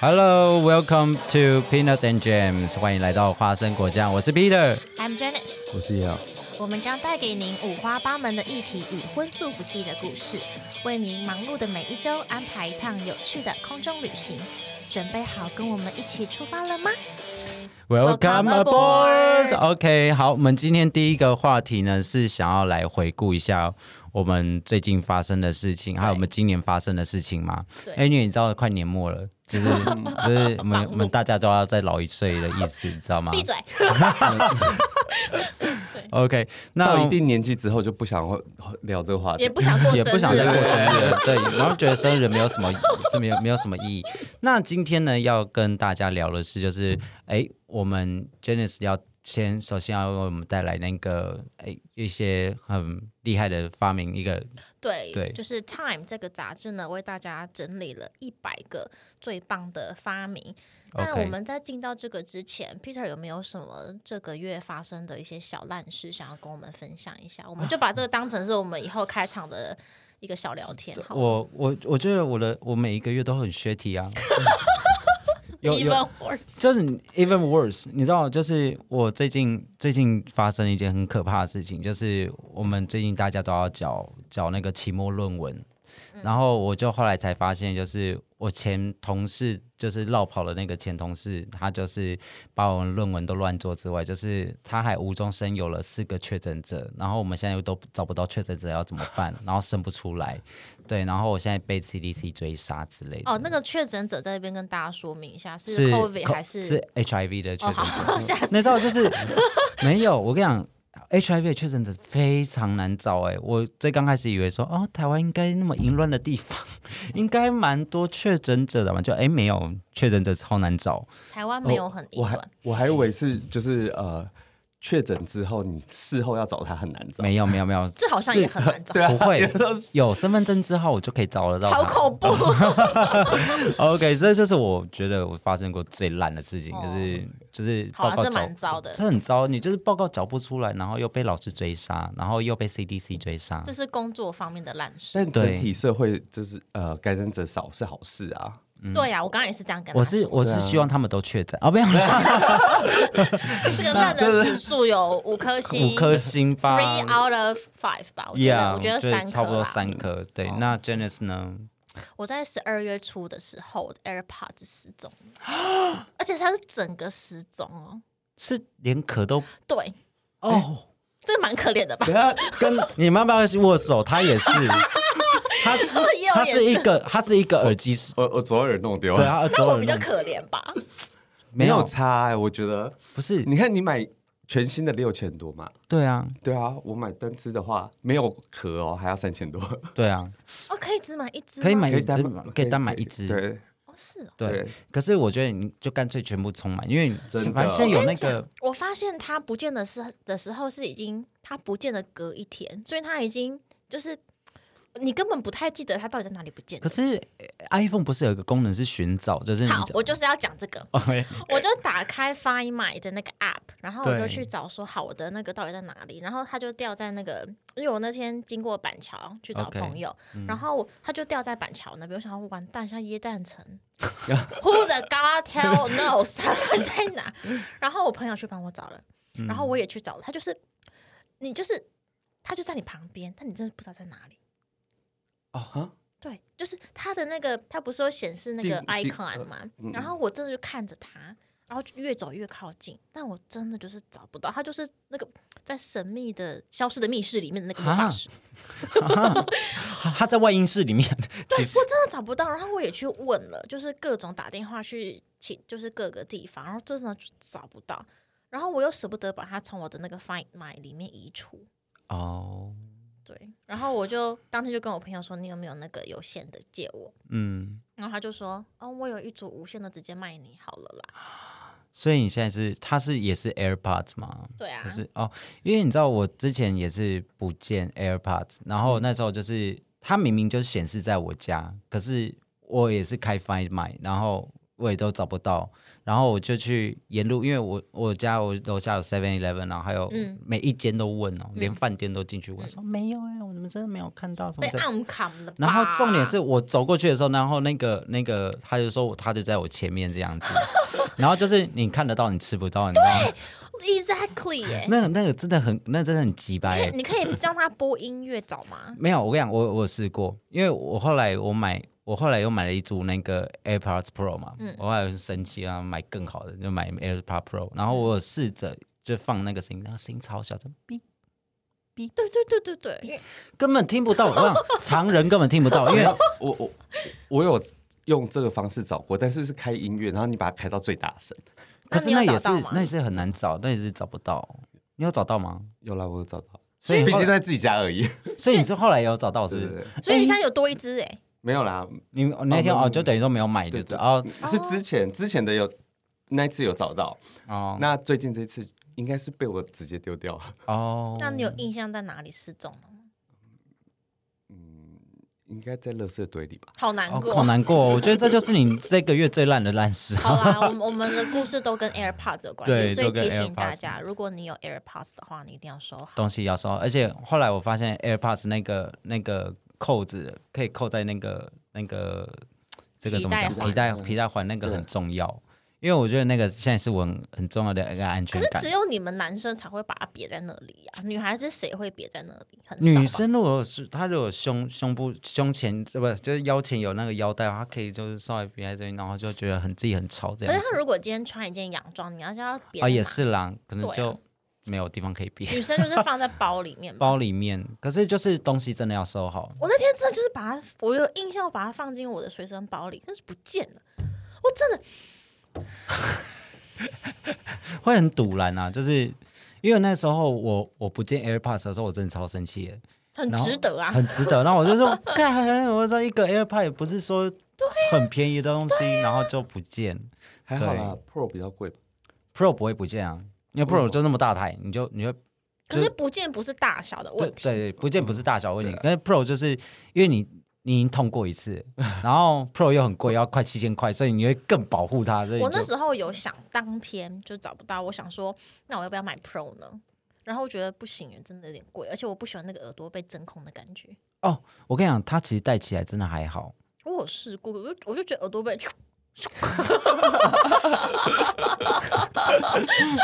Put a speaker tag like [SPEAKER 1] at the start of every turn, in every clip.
[SPEAKER 1] Hello, welcome to Peanuts and Jams，欢迎来到花生果酱，我是 Peter。
[SPEAKER 2] I'm Janice，
[SPEAKER 3] 我是一号，
[SPEAKER 2] 我们将带给您五花八门的议题与荤素不忌的故事，为您忙碌的每一周安排一趟有趣的空中旅行。准备好跟我们一起出发了吗？Welcome
[SPEAKER 1] Welcome
[SPEAKER 2] aboard
[SPEAKER 1] aboard。OK，好，我们今天第一个话题呢是想要来回顾一下我们最近发生的事情，还有我们今年发生的事情嘛。
[SPEAKER 2] 对
[SPEAKER 1] 哎，因为你知道快年末了，就是 就是我们我们大家都要再老一岁的意思，你知道吗
[SPEAKER 2] 闭嘴！
[SPEAKER 1] ？OK，那
[SPEAKER 3] 到一定年纪之后就不想聊这个话
[SPEAKER 2] 也
[SPEAKER 3] 题。
[SPEAKER 2] 不想过
[SPEAKER 1] 也
[SPEAKER 2] 生
[SPEAKER 1] 不想
[SPEAKER 2] 日
[SPEAKER 1] 再过
[SPEAKER 2] 了。
[SPEAKER 1] 生日 了，对，然后觉得生日没有什么是没有没有什么意义。那今天呢，要跟大家聊的是，就是哎，我们 Janice 要先首先要为我们带来那个哎一些很厉害的发明，一个
[SPEAKER 2] 对，
[SPEAKER 1] 对
[SPEAKER 2] 就是《Time》这个杂志呢，为大家整理了一百个最棒的发明。那
[SPEAKER 1] OK
[SPEAKER 2] 我们在进到这个之前，Peter 有没有什么这个月发生的一些小烂事想要跟我们分享一下？我们就把这个当成是我们以后开场的一个小聊天。好啊了，
[SPEAKER 1] 我我我觉得我的我每一个月都很 shitty 啊。有
[SPEAKER 2] Even
[SPEAKER 1] 有
[SPEAKER 2] worse，
[SPEAKER 1] 就是 even worse，你知道，就是我最近最近发生一件很可怕的事情，就是我们最近大家都要缴缴那个期末论文，
[SPEAKER 2] 嗯
[SPEAKER 1] 然后我就后来才发现，就是我前同事就是绕跑的那个前同事，他就是把我们论文都乱做之外，就是他还无中生有了四个确诊者，然后我们现在又都找不到确诊者要怎么办，然后生不出来，对，然后我现在被 CDC 追杀之类的。
[SPEAKER 2] 哦，那个确诊者在这边跟大家说明一下，是
[SPEAKER 1] 是
[SPEAKER 2] COVID 还
[SPEAKER 1] 是
[SPEAKER 2] 是？
[SPEAKER 1] HIV 的确
[SPEAKER 2] 哦，
[SPEAKER 1] 诊者？
[SPEAKER 2] 好，吓死
[SPEAKER 1] 那时候就是 没有，我跟你讲。HIV 的确诊者非常难找哎、我最刚开始以为说，哦，台湾应该那么淫乱的地方， 应该蛮多确诊者的嘛，就哎、没有，确诊者超难找。
[SPEAKER 2] 台湾
[SPEAKER 1] 哦
[SPEAKER 2] 没有很意
[SPEAKER 3] 我还
[SPEAKER 2] 外。
[SPEAKER 3] 我还以为是就是呃确诊之后你事后要找他很难找，
[SPEAKER 1] 没有没有没有，
[SPEAKER 2] 哦这好像
[SPEAKER 1] 是
[SPEAKER 2] 也很难找，
[SPEAKER 3] 对啊，
[SPEAKER 1] 不会
[SPEAKER 3] 因为都是
[SPEAKER 1] 有身份证之后，我就可以找得到他。
[SPEAKER 2] 好恐怖！
[SPEAKER 1] 哦 OK，这就是我觉得我发生过最烂的事情，就是就是
[SPEAKER 2] 哦
[SPEAKER 1] 报
[SPEAKER 2] 好了，
[SPEAKER 1] 告
[SPEAKER 2] 这
[SPEAKER 1] 找
[SPEAKER 2] 蛮糟的，
[SPEAKER 1] 这很糟，你就是报告找不出来，然后又被老师追杀，然后又被 CDC 追杀。
[SPEAKER 2] 这是工作方面的烂事。
[SPEAKER 3] 但
[SPEAKER 1] 对
[SPEAKER 3] 整体社会就是呃感染者少是好事啊。
[SPEAKER 2] 对呀、我刚刚也是这样跟
[SPEAKER 1] 嗯
[SPEAKER 2] 他
[SPEAKER 1] 我是
[SPEAKER 2] 说
[SPEAKER 1] 我是
[SPEAKER 3] 对啊
[SPEAKER 1] 希望他们都确诊啊，没有啦，
[SPEAKER 2] 这个烂的指数有五颗星，
[SPEAKER 1] 五颗星吧
[SPEAKER 2] three out of five 吧，我觉得
[SPEAKER 1] Yeah，
[SPEAKER 2] 我觉得三颗
[SPEAKER 1] 差不多
[SPEAKER 2] 啦
[SPEAKER 1] 三颗。对，
[SPEAKER 2] 哦
[SPEAKER 1] 那 Janice 呢？
[SPEAKER 2] 我在十二月初的时候我的，AirPods 失踪了， 而且它是整个失踪哦。
[SPEAKER 1] 是连壳都
[SPEAKER 2] 对，
[SPEAKER 1] 哦，
[SPEAKER 2] 这个蛮可怜的吧
[SPEAKER 3] 哎
[SPEAKER 1] 啊
[SPEAKER 3] 等？一下
[SPEAKER 1] 跟你们要不要握手？他也是， 他
[SPEAKER 2] 也有
[SPEAKER 1] 他
[SPEAKER 2] 也
[SPEAKER 1] 是一
[SPEAKER 2] 是哦
[SPEAKER 1] 个他是一个耳机是，
[SPEAKER 3] 我我左耳弄丢
[SPEAKER 1] 对
[SPEAKER 3] 了，
[SPEAKER 1] 他
[SPEAKER 2] 那
[SPEAKER 1] 左
[SPEAKER 2] 我
[SPEAKER 1] 耳
[SPEAKER 2] 比较
[SPEAKER 1] 弄
[SPEAKER 2] 可怜吧？
[SPEAKER 1] 没
[SPEAKER 3] 有
[SPEAKER 1] 有
[SPEAKER 3] 差欸我觉得
[SPEAKER 1] 不是
[SPEAKER 3] 你看你买全新的六千多嘛，
[SPEAKER 1] 对啊
[SPEAKER 3] 对啊，我买单只的话没有壳哦，还要三千多，
[SPEAKER 1] 对啊，
[SPEAKER 2] 哦，可以只买一只吗，
[SPEAKER 1] 可以买一哎只
[SPEAKER 3] 单
[SPEAKER 1] 嘛，可以单买一只，
[SPEAKER 3] 对
[SPEAKER 2] 哦，是哦。
[SPEAKER 1] 对
[SPEAKER 3] 对。
[SPEAKER 1] 可是我觉得你就干脆全部充满，因为
[SPEAKER 3] 真的
[SPEAKER 1] 反正现在有那个
[SPEAKER 2] 我发现它不见的是的时候是已经它不见的隔一天，所以它已经就是你根本不太记得它到底在哪里不见的
[SPEAKER 1] 可。是呃 iPhone 不是有一个功能是寻找，就是你
[SPEAKER 2] 好，我就是要讲这个。
[SPEAKER 1] OK
[SPEAKER 2] 我就打开 Find My 的那个 App，然后我就
[SPEAKER 1] 对
[SPEAKER 2] 去找说好我的那个到底在哪里，然后它就掉在那个，因为我那天经过板桥去找
[SPEAKER 1] OK，嗯
[SPEAKER 2] 朋友然后它就掉在板桥那边，我想说完蛋，像椰蛋城 ，Who the God hell knows 它在哪？ 然后我朋友去帮我找了，然
[SPEAKER 1] 嗯
[SPEAKER 2] 后我也去找了，它就是你就是它就在你旁边，但你真的不知道在哪里。
[SPEAKER 3] 哦哈，
[SPEAKER 2] 对，就是它的那个，它不是有显示那个
[SPEAKER 3] 定定
[SPEAKER 2] icon 嘛？
[SPEAKER 3] 嗯
[SPEAKER 2] 然后我真的就看着它，然后就越走越靠近，但我真的就是找不到，它就是那个在神秘的消失的密室里面的那个魔法
[SPEAKER 1] 哈
[SPEAKER 2] 师，
[SPEAKER 1] 他在外音室里面， 其实
[SPEAKER 2] 我真的找不到。然后我也去问了，就是各种打电话去请，就是各个地方，然后真的就找不到。然后我又舍不得把它从我的那个 Find My 里面移除，
[SPEAKER 1] 哦，
[SPEAKER 2] 对。然后我就当天就跟我朋友说：“你有没有那个有线的借我？”
[SPEAKER 1] 嗯，
[SPEAKER 2] 然后他就说：“哦，我有一组无线的，直接卖你好了啦。
[SPEAKER 1] 所以你现在是它是也是 AirPods 吗？”
[SPEAKER 2] 对啊
[SPEAKER 1] 可，是哦，因为你知道我之前也是不见 AirPods，然
[SPEAKER 2] 嗯
[SPEAKER 1] 后那时候就是它明明就显示在我家，可是我也是开 Find My，然后我也都找不到。然后我就去沿路，因为我我家我楼下有 Seven Eleven，然后还有
[SPEAKER 2] 嗯
[SPEAKER 1] 每一间都问哦，连
[SPEAKER 2] 嗯哎
[SPEAKER 1] 饭店都进去问，说没有哎、我们真的没有看到什么
[SPEAKER 2] 被
[SPEAKER 1] 的。
[SPEAKER 2] 暗砍了吧。
[SPEAKER 1] 然后重点是我走过去的时候，然后那个那个他就说我他就在我前面这样子， 然后就是你看得到你吃不到，你知道吗？
[SPEAKER 2] ，exactly 耶、
[SPEAKER 1] 那个那个真的很，那真的很鸡掰、
[SPEAKER 2] 可
[SPEAKER 1] 欸。
[SPEAKER 2] 以你可以让他播音乐找吗？
[SPEAKER 1] 没有，我跟你讲，我我有试过，因为我后来我买，我后来又买了一组那个 AirPods Pro 嘛，
[SPEAKER 2] 嗯
[SPEAKER 1] 我后来很生气啊，买更好的，就买 AirPods Pro，然后我有试着就放那个声音，那个声音超小，真哔
[SPEAKER 2] 对对对对对，因为
[SPEAKER 1] 根本听不到，我 想常人根本听不到，因为
[SPEAKER 3] 我我我有用这个方式找过，但是是开音乐，然后你把它开到最大声。
[SPEAKER 1] 可是那
[SPEAKER 2] 你有
[SPEAKER 1] 也是
[SPEAKER 2] 找到吗
[SPEAKER 1] 那也是很难找，那也是找不到。你有找到吗？
[SPEAKER 3] 有啦，我有找到，
[SPEAKER 1] 所以
[SPEAKER 3] 毕
[SPEAKER 1] 后
[SPEAKER 3] 竟在自己家而已。
[SPEAKER 1] 所以你是后来有找到是
[SPEAKER 3] 对
[SPEAKER 1] 不
[SPEAKER 3] 对
[SPEAKER 1] 是？
[SPEAKER 3] 对，
[SPEAKER 2] 所以你现在有多一只哎、
[SPEAKER 3] 没有啦，
[SPEAKER 1] 你你那天
[SPEAKER 3] 哦没有
[SPEAKER 1] 哦，就等于说没有买
[SPEAKER 3] 对
[SPEAKER 1] 对对
[SPEAKER 3] 对
[SPEAKER 1] 哦
[SPEAKER 3] 是之前之前的有那一次有找到，
[SPEAKER 1] 哦
[SPEAKER 3] 那最近这次应该是被我直接丢掉，
[SPEAKER 1] 哦，
[SPEAKER 2] 那你有印象在哪里失踪吗？
[SPEAKER 3] 应该在垃圾堆里吧？
[SPEAKER 2] 好难
[SPEAKER 1] 哦
[SPEAKER 2] 过。
[SPEAKER 1] 好难过哦，我觉得这就是 你这个月最烂的烂事。哦
[SPEAKER 2] 好啦，我们我们的故事都跟 AirPods 有关系，
[SPEAKER 1] 对
[SPEAKER 2] 所以
[SPEAKER 1] 都跟
[SPEAKER 2] 提醒大
[SPEAKER 1] AirPods
[SPEAKER 2] 家，如果你有 AirPods 的话，你一定要收好。
[SPEAKER 1] 东西要收。而且后来我发现 AirPods 那个那个扣子可以扣在那个那个这个怎么讲
[SPEAKER 2] 皮
[SPEAKER 1] 皮带
[SPEAKER 3] 带环
[SPEAKER 1] 皮带环那个
[SPEAKER 3] 对
[SPEAKER 1] 很重要，因为我觉得那个现在是我很很重要的一个安
[SPEAKER 2] 可
[SPEAKER 1] 全
[SPEAKER 2] 是
[SPEAKER 1] 感
[SPEAKER 2] 只。有你们男生才会把它别在那里呀、啊女孩子谁会别在那里？很少吧
[SPEAKER 1] 女生如果是她如果胸胸部胸前呃不就是腰前有那个腰带，她可以就是稍微别在这里，然后就觉得很自己很潮这
[SPEAKER 2] 可
[SPEAKER 1] 样
[SPEAKER 2] 是
[SPEAKER 1] 子。
[SPEAKER 2] 他如果今天穿一件洋装，你要叫他别
[SPEAKER 1] 啊
[SPEAKER 2] 在
[SPEAKER 1] 也
[SPEAKER 2] 哪
[SPEAKER 1] 是啦，可能
[SPEAKER 2] 对啊
[SPEAKER 1] 就没有地方可以别
[SPEAKER 2] 女生就是放在包里面吧。
[SPEAKER 1] 包里面，可是就是东西真的要收好。
[SPEAKER 2] 我那天真的就是把它，我有印象，我把它放进我的随身包里，但是不见了。我真的
[SPEAKER 1] 会很堵然啊，就是因为那时候我我不见 AirPods 的时候，我真的超生气的，
[SPEAKER 2] 很
[SPEAKER 1] 然后
[SPEAKER 2] 值得啊！
[SPEAKER 1] 很值得。然后我就 说，看，我说一个 AirPod 也不是说
[SPEAKER 2] 啊
[SPEAKER 1] 很便宜的东西，然后就不见。
[SPEAKER 3] 还好啦，Pro 比较贵吧？
[SPEAKER 1] Pro 不会不见啊，因为 Pro 就那么大台，你就你就
[SPEAKER 2] 可是不见不是大小的
[SPEAKER 1] 对
[SPEAKER 2] 问题，
[SPEAKER 1] 对不见不是大小问题
[SPEAKER 3] 对啊，
[SPEAKER 1] 但是 Pro 就是因为你。你已经痛过一次，然后 Pro 又很贵，要快七千块，所以你会更保护它。所以
[SPEAKER 2] 我
[SPEAKER 1] 就
[SPEAKER 2] 那时候有想，当天就找不到，我想说，那我要不要买 Pro 呢？然后我觉得不行，真的有点贵，而且我不喜欢那个耳朵被真空的感觉。
[SPEAKER 1] 我跟你讲，它其实戴起来真的还好，
[SPEAKER 2] 我有试过，我就我就觉得耳朵被，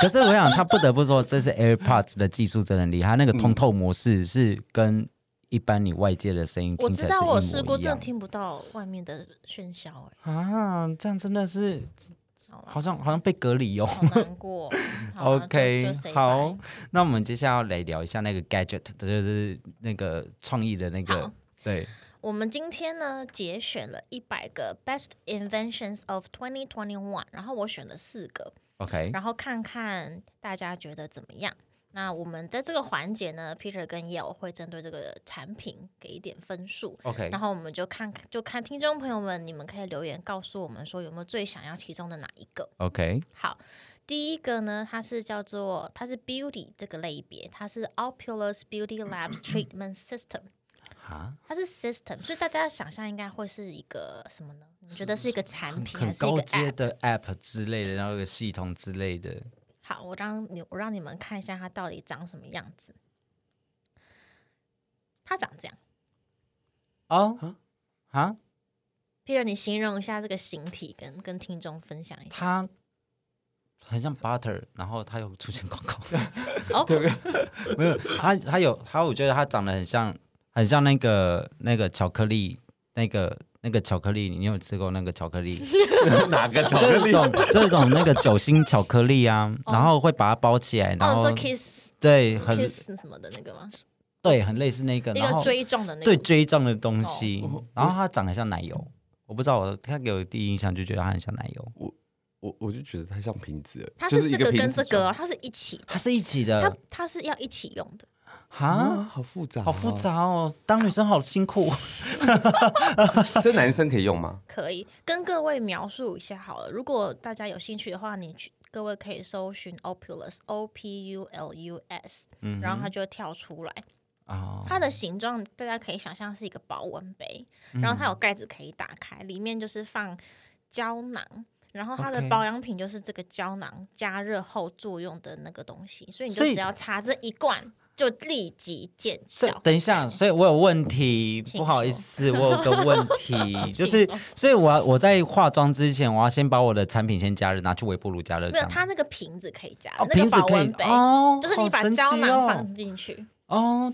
[SPEAKER 1] 可是我想，他不得不说，这是 AirPods 的技术真的很厉害，它那个通透模式是跟一般你外界的声音
[SPEAKER 2] 我
[SPEAKER 1] 听起来
[SPEAKER 2] 知
[SPEAKER 1] 是一
[SPEAKER 2] 道
[SPEAKER 1] 模
[SPEAKER 2] 我有试过，
[SPEAKER 1] 一
[SPEAKER 2] 真的
[SPEAKER 1] 样。
[SPEAKER 2] 听不到外面的喧嚣、哎，
[SPEAKER 1] 啊，这样真的是
[SPEAKER 2] 好啦
[SPEAKER 1] 好像好像被隔离哦。
[SPEAKER 2] 好难过。好啦
[SPEAKER 1] OK，
[SPEAKER 2] 就就 say bye
[SPEAKER 1] 好，那我们接下来来聊一下那个 gadget，这就是那个创意的那个
[SPEAKER 2] 好，
[SPEAKER 1] 对，
[SPEAKER 2] 我们今天呢节选了一百个 Best Inventions of 2021，然后我选了四个，
[SPEAKER 1] OK，
[SPEAKER 2] 然后看看大家觉得怎么样。那我们在这个环节呢，Peter 跟 Yale 会针对这个产品给一点分数。
[SPEAKER 1] OK，
[SPEAKER 2] 然后我们就看，就看听众朋友们，你们可以留言告诉我们说有没有最想要其中的哪一个。
[SPEAKER 1] OK，
[SPEAKER 2] 好，第一个呢，它是叫做它是 Beauty 这个类别，它是 Opulus Beauty Labs Treatment System。
[SPEAKER 1] 啊，
[SPEAKER 2] 它是 system，所以大家想象应该会是一个什么呢？你觉得是一个产品还
[SPEAKER 1] 很
[SPEAKER 2] 是一
[SPEAKER 1] 高
[SPEAKER 2] 个
[SPEAKER 1] 阶
[SPEAKER 2] app？
[SPEAKER 1] 的 app 之类的，然后一个系统之类的，
[SPEAKER 2] 好，我让你我让你们看一下它到底长什么样子。它长这样
[SPEAKER 1] 哦，啊，
[SPEAKER 2] ，Peter，你形容一下这个形体跟，跟听众分享一 下。
[SPEAKER 1] 它很像 butter，然后它有出现广告。
[SPEAKER 2] 哦，
[SPEAKER 1] 没有，它它有它，我觉得它长得很像，很像那个那个巧克力，那个那个巧克力，你有吃过那个巧克 力？
[SPEAKER 3] 哪个巧
[SPEAKER 1] 这
[SPEAKER 3] 克力？
[SPEAKER 1] 种这种那个酒心巧克力啊，
[SPEAKER 2] 哦
[SPEAKER 1] 然后会把它包起来，然
[SPEAKER 2] 哦，你
[SPEAKER 1] 后、
[SPEAKER 2] 说 kiss
[SPEAKER 1] 对，很
[SPEAKER 2] kiss 什么的那个吗？
[SPEAKER 1] 对，很类似那个，
[SPEAKER 2] 一
[SPEAKER 1] 呃然
[SPEAKER 2] 个
[SPEAKER 1] 后
[SPEAKER 2] 锥状的那
[SPEAKER 1] 对
[SPEAKER 2] 个。
[SPEAKER 1] 锥状的东西，
[SPEAKER 3] 哦
[SPEAKER 1] 然后它长得像奶油。我不知道，我它给我的第一印象就觉得它很像奶油，
[SPEAKER 3] 我我就觉得它像瓶子了，
[SPEAKER 2] 它
[SPEAKER 3] 就是一
[SPEAKER 2] 这个
[SPEAKER 3] 瓶
[SPEAKER 2] 跟
[SPEAKER 3] 子
[SPEAKER 2] 这个
[SPEAKER 3] 装
[SPEAKER 2] 哦，它是一起的，
[SPEAKER 1] 它是一起
[SPEAKER 2] 它
[SPEAKER 1] 的哦
[SPEAKER 2] 它是要一起用的。
[SPEAKER 1] 哈
[SPEAKER 3] 啊，，好复杂，
[SPEAKER 1] 好复。杂哦，当女生好辛苦。
[SPEAKER 3] 这男生可以用吗？
[SPEAKER 2] 可以跟各位描述一下好了。如果大家有兴趣的话，你去各位可以搜寻 Opulus O P U L U S，、
[SPEAKER 1] 嗯
[SPEAKER 2] 然后它就会跳出来。
[SPEAKER 1] 啊，
[SPEAKER 2] 它的形状大家可以想象是一
[SPEAKER 1] 嗯
[SPEAKER 2] 个保温杯，然后它有盖子可以打开，里面就是放胶囊，然后它的
[SPEAKER 3] OK
[SPEAKER 2] 保养品就是这个胶囊加热后作用的那个东西，所以你就
[SPEAKER 1] 所以
[SPEAKER 2] 只要擦这一罐就立即见
[SPEAKER 1] 这
[SPEAKER 2] 效。
[SPEAKER 1] 等一下，所以我有问题，
[SPEAKER 2] 请
[SPEAKER 1] 不好意思，我有个问 题，就是
[SPEAKER 2] 请说，
[SPEAKER 1] 所以我要我在化妆之前，我要先把我的产品先加热，拿去微波炉加热，
[SPEAKER 2] 没有，
[SPEAKER 1] 这样
[SPEAKER 2] 它那个瓶子可以加，
[SPEAKER 1] 哦，
[SPEAKER 2] 那
[SPEAKER 1] 瓶
[SPEAKER 2] 个
[SPEAKER 1] 子
[SPEAKER 2] 保
[SPEAKER 1] 可
[SPEAKER 2] 温
[SPEAKER 1] 以
[SPEAKER 2] 杯，
[SPEAKER 1] 哦，
[SPEAKER 2] 就是你把
[SPEAKER 1] 好神奇
[SPEAKER 2] 胶囊
[SPEAKER 1] 哦
[SPEAKER 2] 放进去，
[SPEAKER 1] 哦，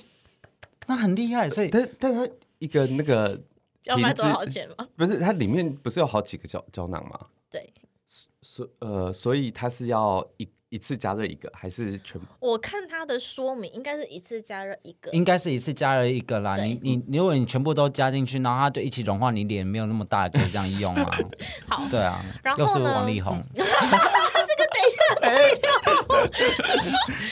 [SPEAKER 1] 那很厉 害，所以
[SPEAKER 3] 但但它一个那个
[SPEAKER 2] 要卖
[SPEAKER 3] 瓶子
[SPEAKER 2] 多少钱 吗？
[SPEAKER 3] 不是它里面不是有好几个胶胶囊吗？
[SPEAKER 2] 对，
[SPEAKER 3] 所呃，所以它是要一一次加热一个，还是全部？
[SPEAKER 2] 我看它的说明应该是一次加热一个，
[SPEAKER 1] 应该是一次加热一个啦。
[SPEAKER 2] 对
[SPEAKER 1] 你你你如果你全部都加进去，然后它就一起融化，你脸没有那么大，可以这样用啊。
[SPEAKER 2] 好，
[SPEAKER 1] 对啊，
[SPEAKER 2] 然后
[SPEAKER 1] 又是
[SPEAKER 2] 呢嗯哎
[SPEAKER 1] 王啊力宏，
[SPEAKER 2] 这个等一下。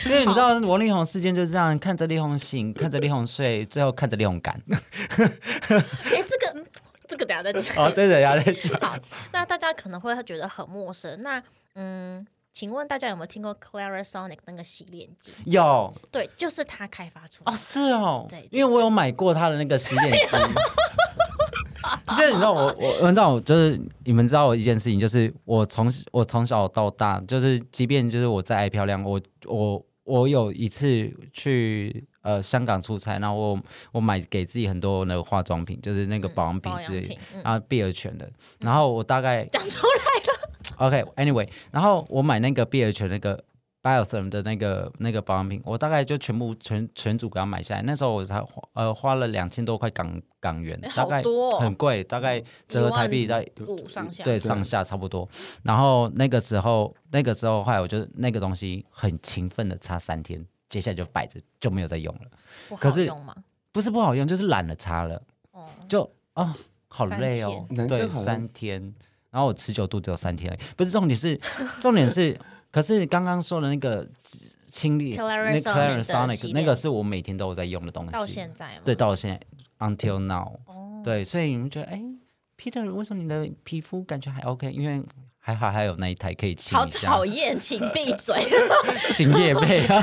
[SPEAKER 1] 因为你知道王力宏事件就是这样，看着力宏醒，看着力宏睡，最后看着力宏 赶。
[SPEAKER 2] 哎、这个这个等下再讲。
[SPEAKER 1] 哦，对的呀，对的
[SPEAKER 2] 好，那大家可能会觉得很陌生。那嗯，请问大家有没有听过 Clarisonic 那个洗脸机？
[SPEAKER 1] 有哦，
[SPEAKER 2] 对，就是他开发出来的。
[SPEAKER 1] 是哦
[SPEAKER 2] 对对，
[SPEAKER 1] 因为我有买过他的那个洗脸 机。 就是你知道我我我你知道我就是你们知道我一件事情，就是我从我从小到大，就是即便就是我再爱漂亮，我我我有一次去呃香港出差，然后我我买给自己很多那个化妆品，就是那个保养品
[SPEAKER 2] 嗯保养
[SPEAKER 1] 之类的
[SPEAKER 2] 品，嗯，
[SPEAKER 1] 啊碧尔泉的，然后我大概
[SPEAKER 2] 讲出来
[SPEAKER 1] OK，Anyway，、然后我买那个碧尔泉那个 Biotherm 的那个那个保养品，我大概就全部全全组给它买下来。那时候我才花呃花了两千多块港港元
[SPEAKER 2] 哎，
[SPEAKER 1] 大
[SPEAKER 2] 好
[SPEAKER 1] 概
[SPEAKER 2] 多哦
[SPEAKER 1] 很贵，大概折合台币在
[SPEAKER 2] 五上下。
[SPEAKER 1] 对
[SPEAKER 3] 对
[SPEAKER 1] 上下差不多。然后那个时候那个时候后来我就那个东西很勤奋的擦三天，接下来就摆着就没有再用了。
[SPEAKER 2] 不
[SPEAKER 1] 可
[SPEAKER 2] 好
[SPEAKER 1] 是
[SPEAKER 2] 用吗？
[SPEAKER 1] 不是不好用，就是懒得擦了，
[SPEAKER 2] 哦，
[SPEAKER 1] 就啊、好累哦，
[SPEAKER 3] 三天男
[SPEAKER 1] 对
[SPEAKER 3] 生好像
[SPEAKER 1] 三天。然后我持久度只有三天而已，不是重点是， 重点是，可是刚刚说的那个清理那
[SPEAKER 2] Clarisonic 的
[SPEAKER 1] Clarisonic
[SPEAKER 2] 系列
[SPEAKER 1] 那个是我每天都有在用的东西，
[SPEAKER 2] 到现在吗？
[SPEAKER 1] 对，到现在 until now，、
[SPEAKER 2] 哦，
[SPEAKER 1] 对，所以你们觉得，哎，Peter，为什么你的皮肤感觉还 OK？因为还好还有那一台可以清
[SPEAKER 2] 好
[SPEAKER 1] 一下
[SPEAKER 2] 讨，厌，请闭嘴。
[SPEAKER 1] 清夜 背啊，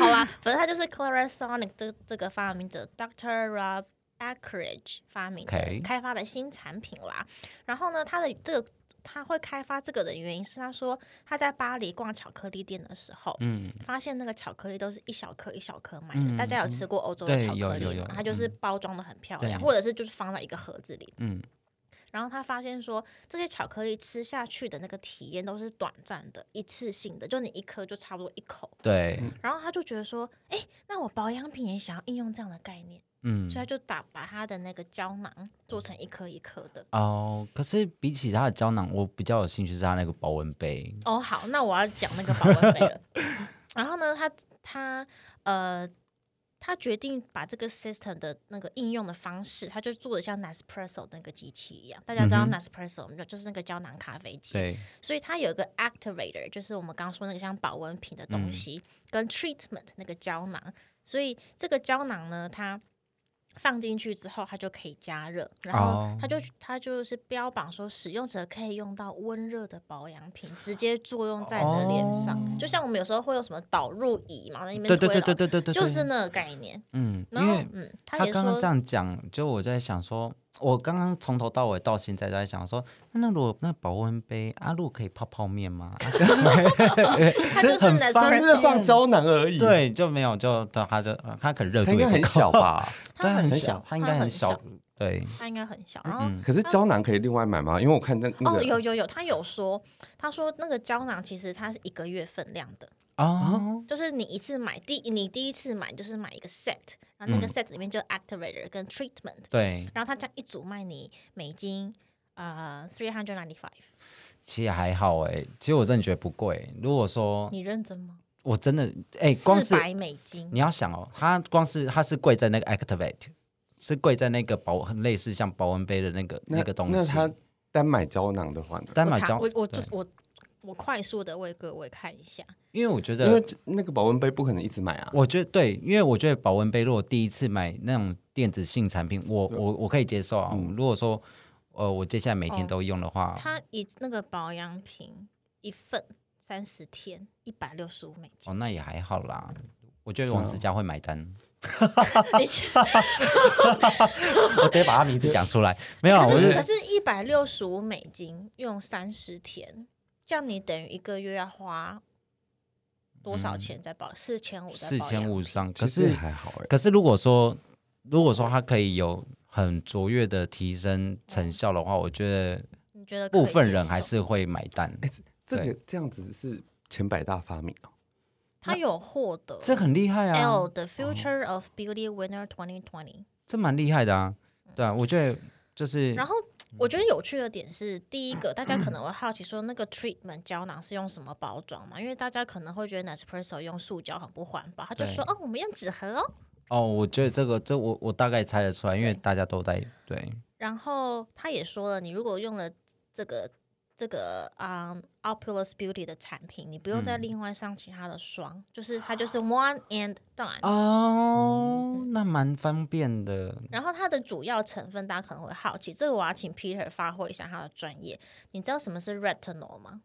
[SPEAKER 2] 好啦，反正他就是 Clarisonic 这这个发明者 Dr. Rob Ackridge 发明的
[SPEAKER 1] OK
[SPEAKER 2] 开发的新产品啦。然后呢，他的这个他会开发这个的原因是，他说他在巴黎逛巧克力店的时候，
[SPEAKER 1] 嗯，
[SPEAKER 2] 发现那个巧克力都是一小颗一小颗买的。
[SPEAKER 1] 嗯
[SPEAKER 2] 大家有吃过欧洲的
[SPEAKER 1] 对
[SPEAKER 2] 巧克力
[SPEAKER 1] 有
[SPEAKER 2] 吗？
[SPEAKER 1] 有有
[SPEAKER 2] 它就是包装的很漂亮，
[SPEAKER 1] 对
[SPEAKER 2] 或者是就是放在一个盒子里。
[SPEAKER 1] 嗯。
[SPEAKER 2] 然后他发现说，这些巧克力吃下去的那个体验都是短暂的、一次性的，就你一颗就差不多一口。
[SPEAKER 1] 对，
[SPEAKER 2] 然后他就觉得说，哎，那我保养品也想要应用这样的概念，
[SPEAKER 1] 嗯
[SPEAKER 2] 所以，他就打把他的那个胶囊做成一颗一颗的。
[SPEAKER 1] 哦，可是比起它的胶囊，我比较有兴趣是它那个保温杯，
[SPEAKER 2] 哦，好，那我要讲那个保温杯了。 然后呢，他他呃，他决定把这个 system 的那个应用的方式，他就做的像 Nespresso 那个机器一样。大家知道
[SPEAKER 1] 嗯哼
[SPEAKER 2] Nespresso 没有？就是那个胶囊咖啡机。
[SPEAKER 1] 对，
[SPEAKER 2] 所以它有一个 activator，就是我们刚刚说那个像保温瓶的
[SPEAKER 1] 嗯
[SPEAKER 2] 东西，跟 treatment 那个胶囊。所以这个胶囊呢，它放进去之后，它就可以加热，然后
[SPEAKER 1] 哦
[SPEAKER 2] 它就、它就是标榜说，使用者可以用到温热的保养品，直接作用在你的脸上。就像我们有时候会有什么导入仪嘛，那里面
[SPEAKER 1] 哦对对对对
[SPEAKER 2] 推了
[SPEAKER 1] 对对对，
[SPEAKER 2] 就是那个概念。
[SPEAKER 1] 嗯，
[SPEAKER 2] 然
[SPEAKER 1] 因
[SPEAKER 2] 后
[SPEAKER 1] 为
[SPEAKER 2] 嗯，
[SPEAKER 1] 他
[SPEAKER 2] 也
[SPEAKER 1] 刚刚
[SPEAKER 2] 说
[SPEAKER 1] 这样讲，就我在想说，我刚刚从头到尾到现在都在想说，那如果那保温杯阿露可以泡泡面 吗？
[SPEAKER 2] 它就是
[SPEAKER 1] 很方
[SPEAKER 2] 嗯
[SPEAKER 3] 它是
[SPEAKER 2] Nespresso，
[SPEAKER 3] 放胶囊而已，，
[SPEAKER 1] 对，就没有，就他就他可能热
[SPEAKER 3] 它
[SPEAKER 1] 度
[SPEAKER 3] 应
[SPEAKER 1] 也不啊
[SPEAKER 3] 该很
[SPEAKER 1] 够
[SPEAKER 3] 小，吧？
[SPEAKER 1] 对，
[SPEAKER 2] 它很
[SPEAKER 1] 很
[SPEAKER 2] 小，
[SPEAKER 1] 小，他应该
[SPEAKER 2] 很
[SPEAKER 1] 很小，，对，
[SPEAKER 2] 它应该很小。然后
[SPEAKER 1] 嗯
[SPEAKER 3] 可是胶囊可以另外买吗？因为我看那那
[SPEAKER 2] 哦，
[SPEAKER 3] 个
[SPEAKER 2] 有有有，他有说，他说那个胶囊其实它是一个月份量的，
[SPEAKER 3] 啊
[SPEAKER 1] 哦，
[SPEAKER 2] 就是你一次买第你第一次买就是买一个 set，然后那个
[SPEAKER 1] 嗯
[SPEAKER 2] set 里面就 activator 跟 treatment，、
[SPEAKER 1] 对，
[SPEAKER 2] 然后它这样一组卖你美金呃 three hundred ninety five，
[SPEAKER 1] 其实还好哎，其实我真的觉得不贵。如果说
[SPEAKER 2] 你认真吗？
[SPEAKER 1] 我真的哎，光
[SPEAKER 2] 四
[SPEAKER 1] 是
[SPEAKER 2] 百美金
[SPEAKER 1] 你要想哦，它光是它是贵在那个 activate，是贵在那个保很类似像保温杯的那个那个东西。
[SPEAKER 3] 那它单买胶囊的话呢？
[SPEAKER 1] 单
[SPEAKER 2] 我
[SPEAKER 1] 买
[SPEAKER 2] 查
[SPEAKER 1] 胶，
[SPEAKER 2] 我我
[SPEAKER 1] 对
[SPEAKER 2] 就我我快速的为各位看一下，
[SPEAKER 1] 因为我觉
[SPEAKER 3] 因为
[SPEAKER 1] 得，
[SPEAKER 3] 那个保温杯不可能一直买啊。
[SPEAKER 1] 我觉得对，因为我觉得保温杯如果第一次买那种电子性产品，我我我可以接受啊。如果说呃我接下来每天都用的话，
[SPEAKER 2] 哦它以那个保养品一份三十天一百六十五美
[SPEAKER 1] 哦啊
[SPEAKER 2] 金。
[SPEAKER 1] 哦那也还好啦。我觉得王子佳会买单，
[SPEAKER 2] 你去
[SPEAKER 1] 我直接把他名字讲出 来。没有啊，我
[SPEAKER 2] 可是
[SPEAKER 1] 是
[SPEAKER 2] 可是一百六十五美金用三十天，这样你等于一个月要花多少钱在保？四千五在
[SPEAKER 1] 四
[SPEAKER 2] 保
[SPEAKER 1] 千
[SPEAKER 2] 养
[SPEAKER 1] 五
[SPEAKER 2] 品。
[SPEAKER 1] 上，
[SPEAKER 3] 其
[SPEAKER 1] 可
[SPEAKER 3] 实
[SPEAKER 1] 是
[SPEAKER 3] 还好哎、
[SPEAKER 1] 可是如果说如果说它可以有很卓越的提升成效的话，我觉得
[SPEAKER 2] 你觉得可以
[SPEAKER 1] 部分人
[SPEAKER 2] 接
[SPEAKER 1] 还
[SPEAKER 2] 受
[SPEAKER 1] 是会买单。
[SPEAKER 3] 这个这样子是前百大发明哦、
[SPEAKER 2] 他有获得
[SPEAKER 1] 这很厉害啊嗯
[SPEAKER 2] L，The Future of Beauty Winner 2020。
[SPEAKER 1] 这蛮厉害的啊。对啊，我觉得就是
[SPEAKER 2] 嗯然后我觉得有趣的点是，第一个大家可能会好奇说，那个 treatment 胶囊是用什么包装嘛？因为大家可能会觉得 Nespresso 用塑胶很不环保，他就
[SPEAKER 1] 对
[SPEAKER 2] 说哦，我们用纸盒哦。
[SPEAKER 1] 哦，我觉得这个这我我大概猜得出来，因为大家都在对
[SPEAKER 2] 然后他也说了，你如果用了这个这个啊、嗯 Opulus Beauty 的产品，你不用
[SPEAKER 1] 嗯
[SPEAKER 2] 再另外上其他的霜，就是它就是
[SPEAKER 1] 啊
[SPEAKER 2] one and done。
[SPEAKER 1] 哦，那蛮方便的。
[SPEAKER 2] 然后它的主要成分，大家可能会好奇，这个我要请 Peter 发挥一下他的专业。你知道什么是 retinol 吗？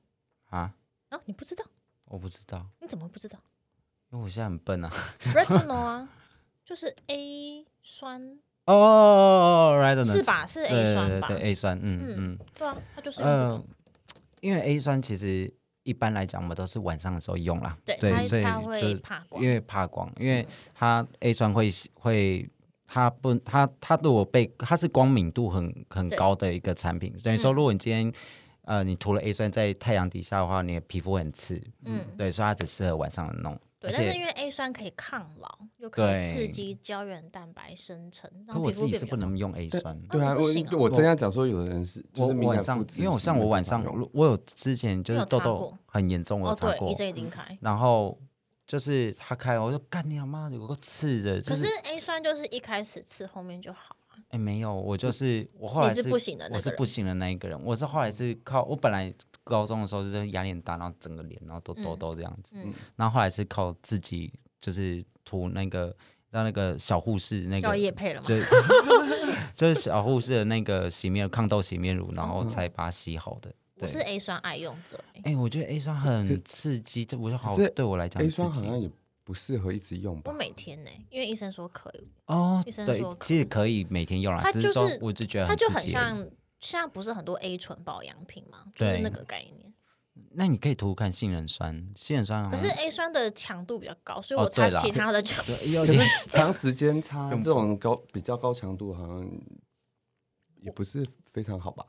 [SPEAKER 1] 啊，
[SPEAKER 2] 哦，你不知道？
[SPEAKER 1] 我不知道，
[SPEAKER 2] 你怎么会不知 道
[SPEAKER 1] 因为我现在很笨啊。
[SPEAKER 2] retinol 啊？就是 A 酸
[SPEAKER 1] 哦，right，
[SPEAKER 2] 是？吧？是
[SPEAKER 1] 对
[SPEAKER 2] A
[SPEAKER 1] 对
[SPEAKER 2] 酸
[SPEAKER 1] 对
[SPEAKER 2] 吧？
[SPEAKER 1] 对，A 酸，嗯嗯，
[SPEAKER 2] 对啊，它就是用这
[SPEAKER 1] 呃
[SPEAKER 2] 个，，
[SPEAKER 1] 因为 A 酸其实一般来讲，我们都是晚上的时候用啦。对，所
[SPEAKER 2] 它
[SPEAKER 1] 以
[SPEAKER 2] 它
[SPEAKER 1] 就
[SPEAKER 2] 会
[SPEAKER 1] 是
[SPEAKER 2] 怕光嗯
[SPEAKER 1] 因。为怕光，因为它 A 酸会会。它不，它它如果被它是光敏度很很
[SPEAKER 2] 对
[SPEAKER 1] 高的一个产品，等于说，
[SPEAKER 2] 嗯
[SPEAKER 1] 如果你今天、呃你涂了 A 酸在太阳底下的话，你的皮肤会很刺，
[SPEAKER 2] 嗯，
[SPEAKER 1] 对，所以它只适合晚上弄。而
[SPEAKER 2] 对，但
[SPEAKER 1] 且
[SPEAKER 2] 是因为 A 酸可以抗老，又可以
[SPEAKER 1] 对
[SPEAKER 2] 刺激胶原蛋白生成，让
[SPEAKER 1] 可我
[SPEAKER 2] 皮
[SPEAKER 1] 自
[SPEAKER 2] 肤
[SPEAKER 1] 己
[SPEAKER 2] 变
[SPEAKER 1] 是
[SPEAKER 2] 比较
[SPEAKER 1] 不能用 A 酸。
[SPEAKER 3] 对啊，
[SPEAKER 2] 啊不行啊
[SPEAKER 3] 我我正要讲说，有的人是就
[SPEAKER 1] 我
[SPEAKER 3] 是敏
[SPEAKER 1] 晚
[SPEAKER 3] 感
[SPEAKER 1] 上
[SPEAKER 3] 肤，质
[SPEAKER 1] 因为我像我晚上
[SPEAKER 3] 是没办法用，
[SPEAKER 1] 我有之前就
[SPEAKER 2] 你
[SPEAKER 1] 是
[SPEAKER 2] 有
[SPEAKER 1] 痘
[SPEAKER 2] 擦
[SPEAKER 1] 痘
[SPEAKER 2] 过
[SPEAKER 1] 很严重，我有
[SPEAKER 2] 哦，
[SPEAKER 1] 擦
[SPEAKER 2] 对，
[SPEAKER 1] 过
[SPEAKER 2] 医，生一定开。
[SPEAKER 1] 然后就是他开，我就干你啊妈，有个刺的，就
[SPEAKER 2] 可
[SPEAKER 1] 是
[SPEAKER 2] 是 A 酸就是一开始刺，后面就好啊。
[SPEAKER 1] 哎没有，我就是我后来
[SPEAKER 2] 你是不行的那
[SPEAKER 1] 我
[SPEAKER 2] 个
[SPEAKER 1] 是
[SPEAKER 2] 人
[SPEAKER 1] 不行的那一个人，我是后来是靠我本来高中的时候就是压力很大，然后整个脸然后都痘痘这样子，
[SPEAKER 2] 嗯
[SPEAKER 1] 然后后来是靠自己就是涂那个让那个小护士那个
[SPEAKER 2] 要叶配了 吗？
[SPEAKER 1] 就就是小护士的那个洗面抗痘洗面乳，然后
[SPEAKER 3] 嗯
[SPEAKER 1] 才把它洗好的。
[SPEAKER 2] 我
[SPEAKER 1] 对
[SPEAKER 2] 是，A 酸爱用者、欸
[SPEAKER 1] 哎、我觉得 A 酸很刺激，这我就好
[SPEAKER 3] 可是
[SPEAKER 1] 对我来讲
[SPEAKER 3] A
[SPEAKER 1] 很刺
[SPEAKER 3] 哎酸好像
[SPEAKER 1] 激
[SPEAKER 3] 也不适合一直用
[SPEAKER 2] 我
[SPEAKER 3] 吧？
[SPEAKER 2] 每天呢、因为医生说可以，
[SPEAKER 1] 哦
[SPEAKER 2] 医生。
[SPEAKER 1] 对
[SPEAKER 2] 说，可
[SPEAKER 1] 其实可以每天用啦，
[SPEAKER 2] 它
[SPEAKER 1] 只
[SPEAKER 2] 就是
[SPEAKER 1] 说我就觉得
[SPEAKER 2] 它就
[SPEAKER 1] 刺
[SPEAKER 2] 很
[SPEAKER 1] 激而已。
[SPEAKER 2] 像现在不是很多 A 醇保养品嘛，就是
[SPEAKER 1] 对
[SPEAKER 2] 那个概念。
[SPEAKER 1] 那你可以涂涂看杏仁酸，杏仁酸好
[SPEAKER 2] 可是
[SPEAKER 1] 像
[SPEAKER 2] A 酸的强度比较高，所以
[SPEAKER 1] 嗯哦
[SPEAKER 2] 我擦
[SPEAKER 1] 对啦
[SPEAKER 2] 其他的就、
[SPEAKER 1] 对有
[SPEAKER 3] 可是
[SPEAKER 1] 点
[SPEAKER 3] 长时间擦这种高比较高强度，好像也不是非常好吧？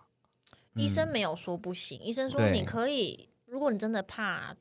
[SPEAKER 2] 医生没有说不行，医生说
[SPEAKER 1] 嗯对
[SPEAKER 2] 你可以，如果你真的怕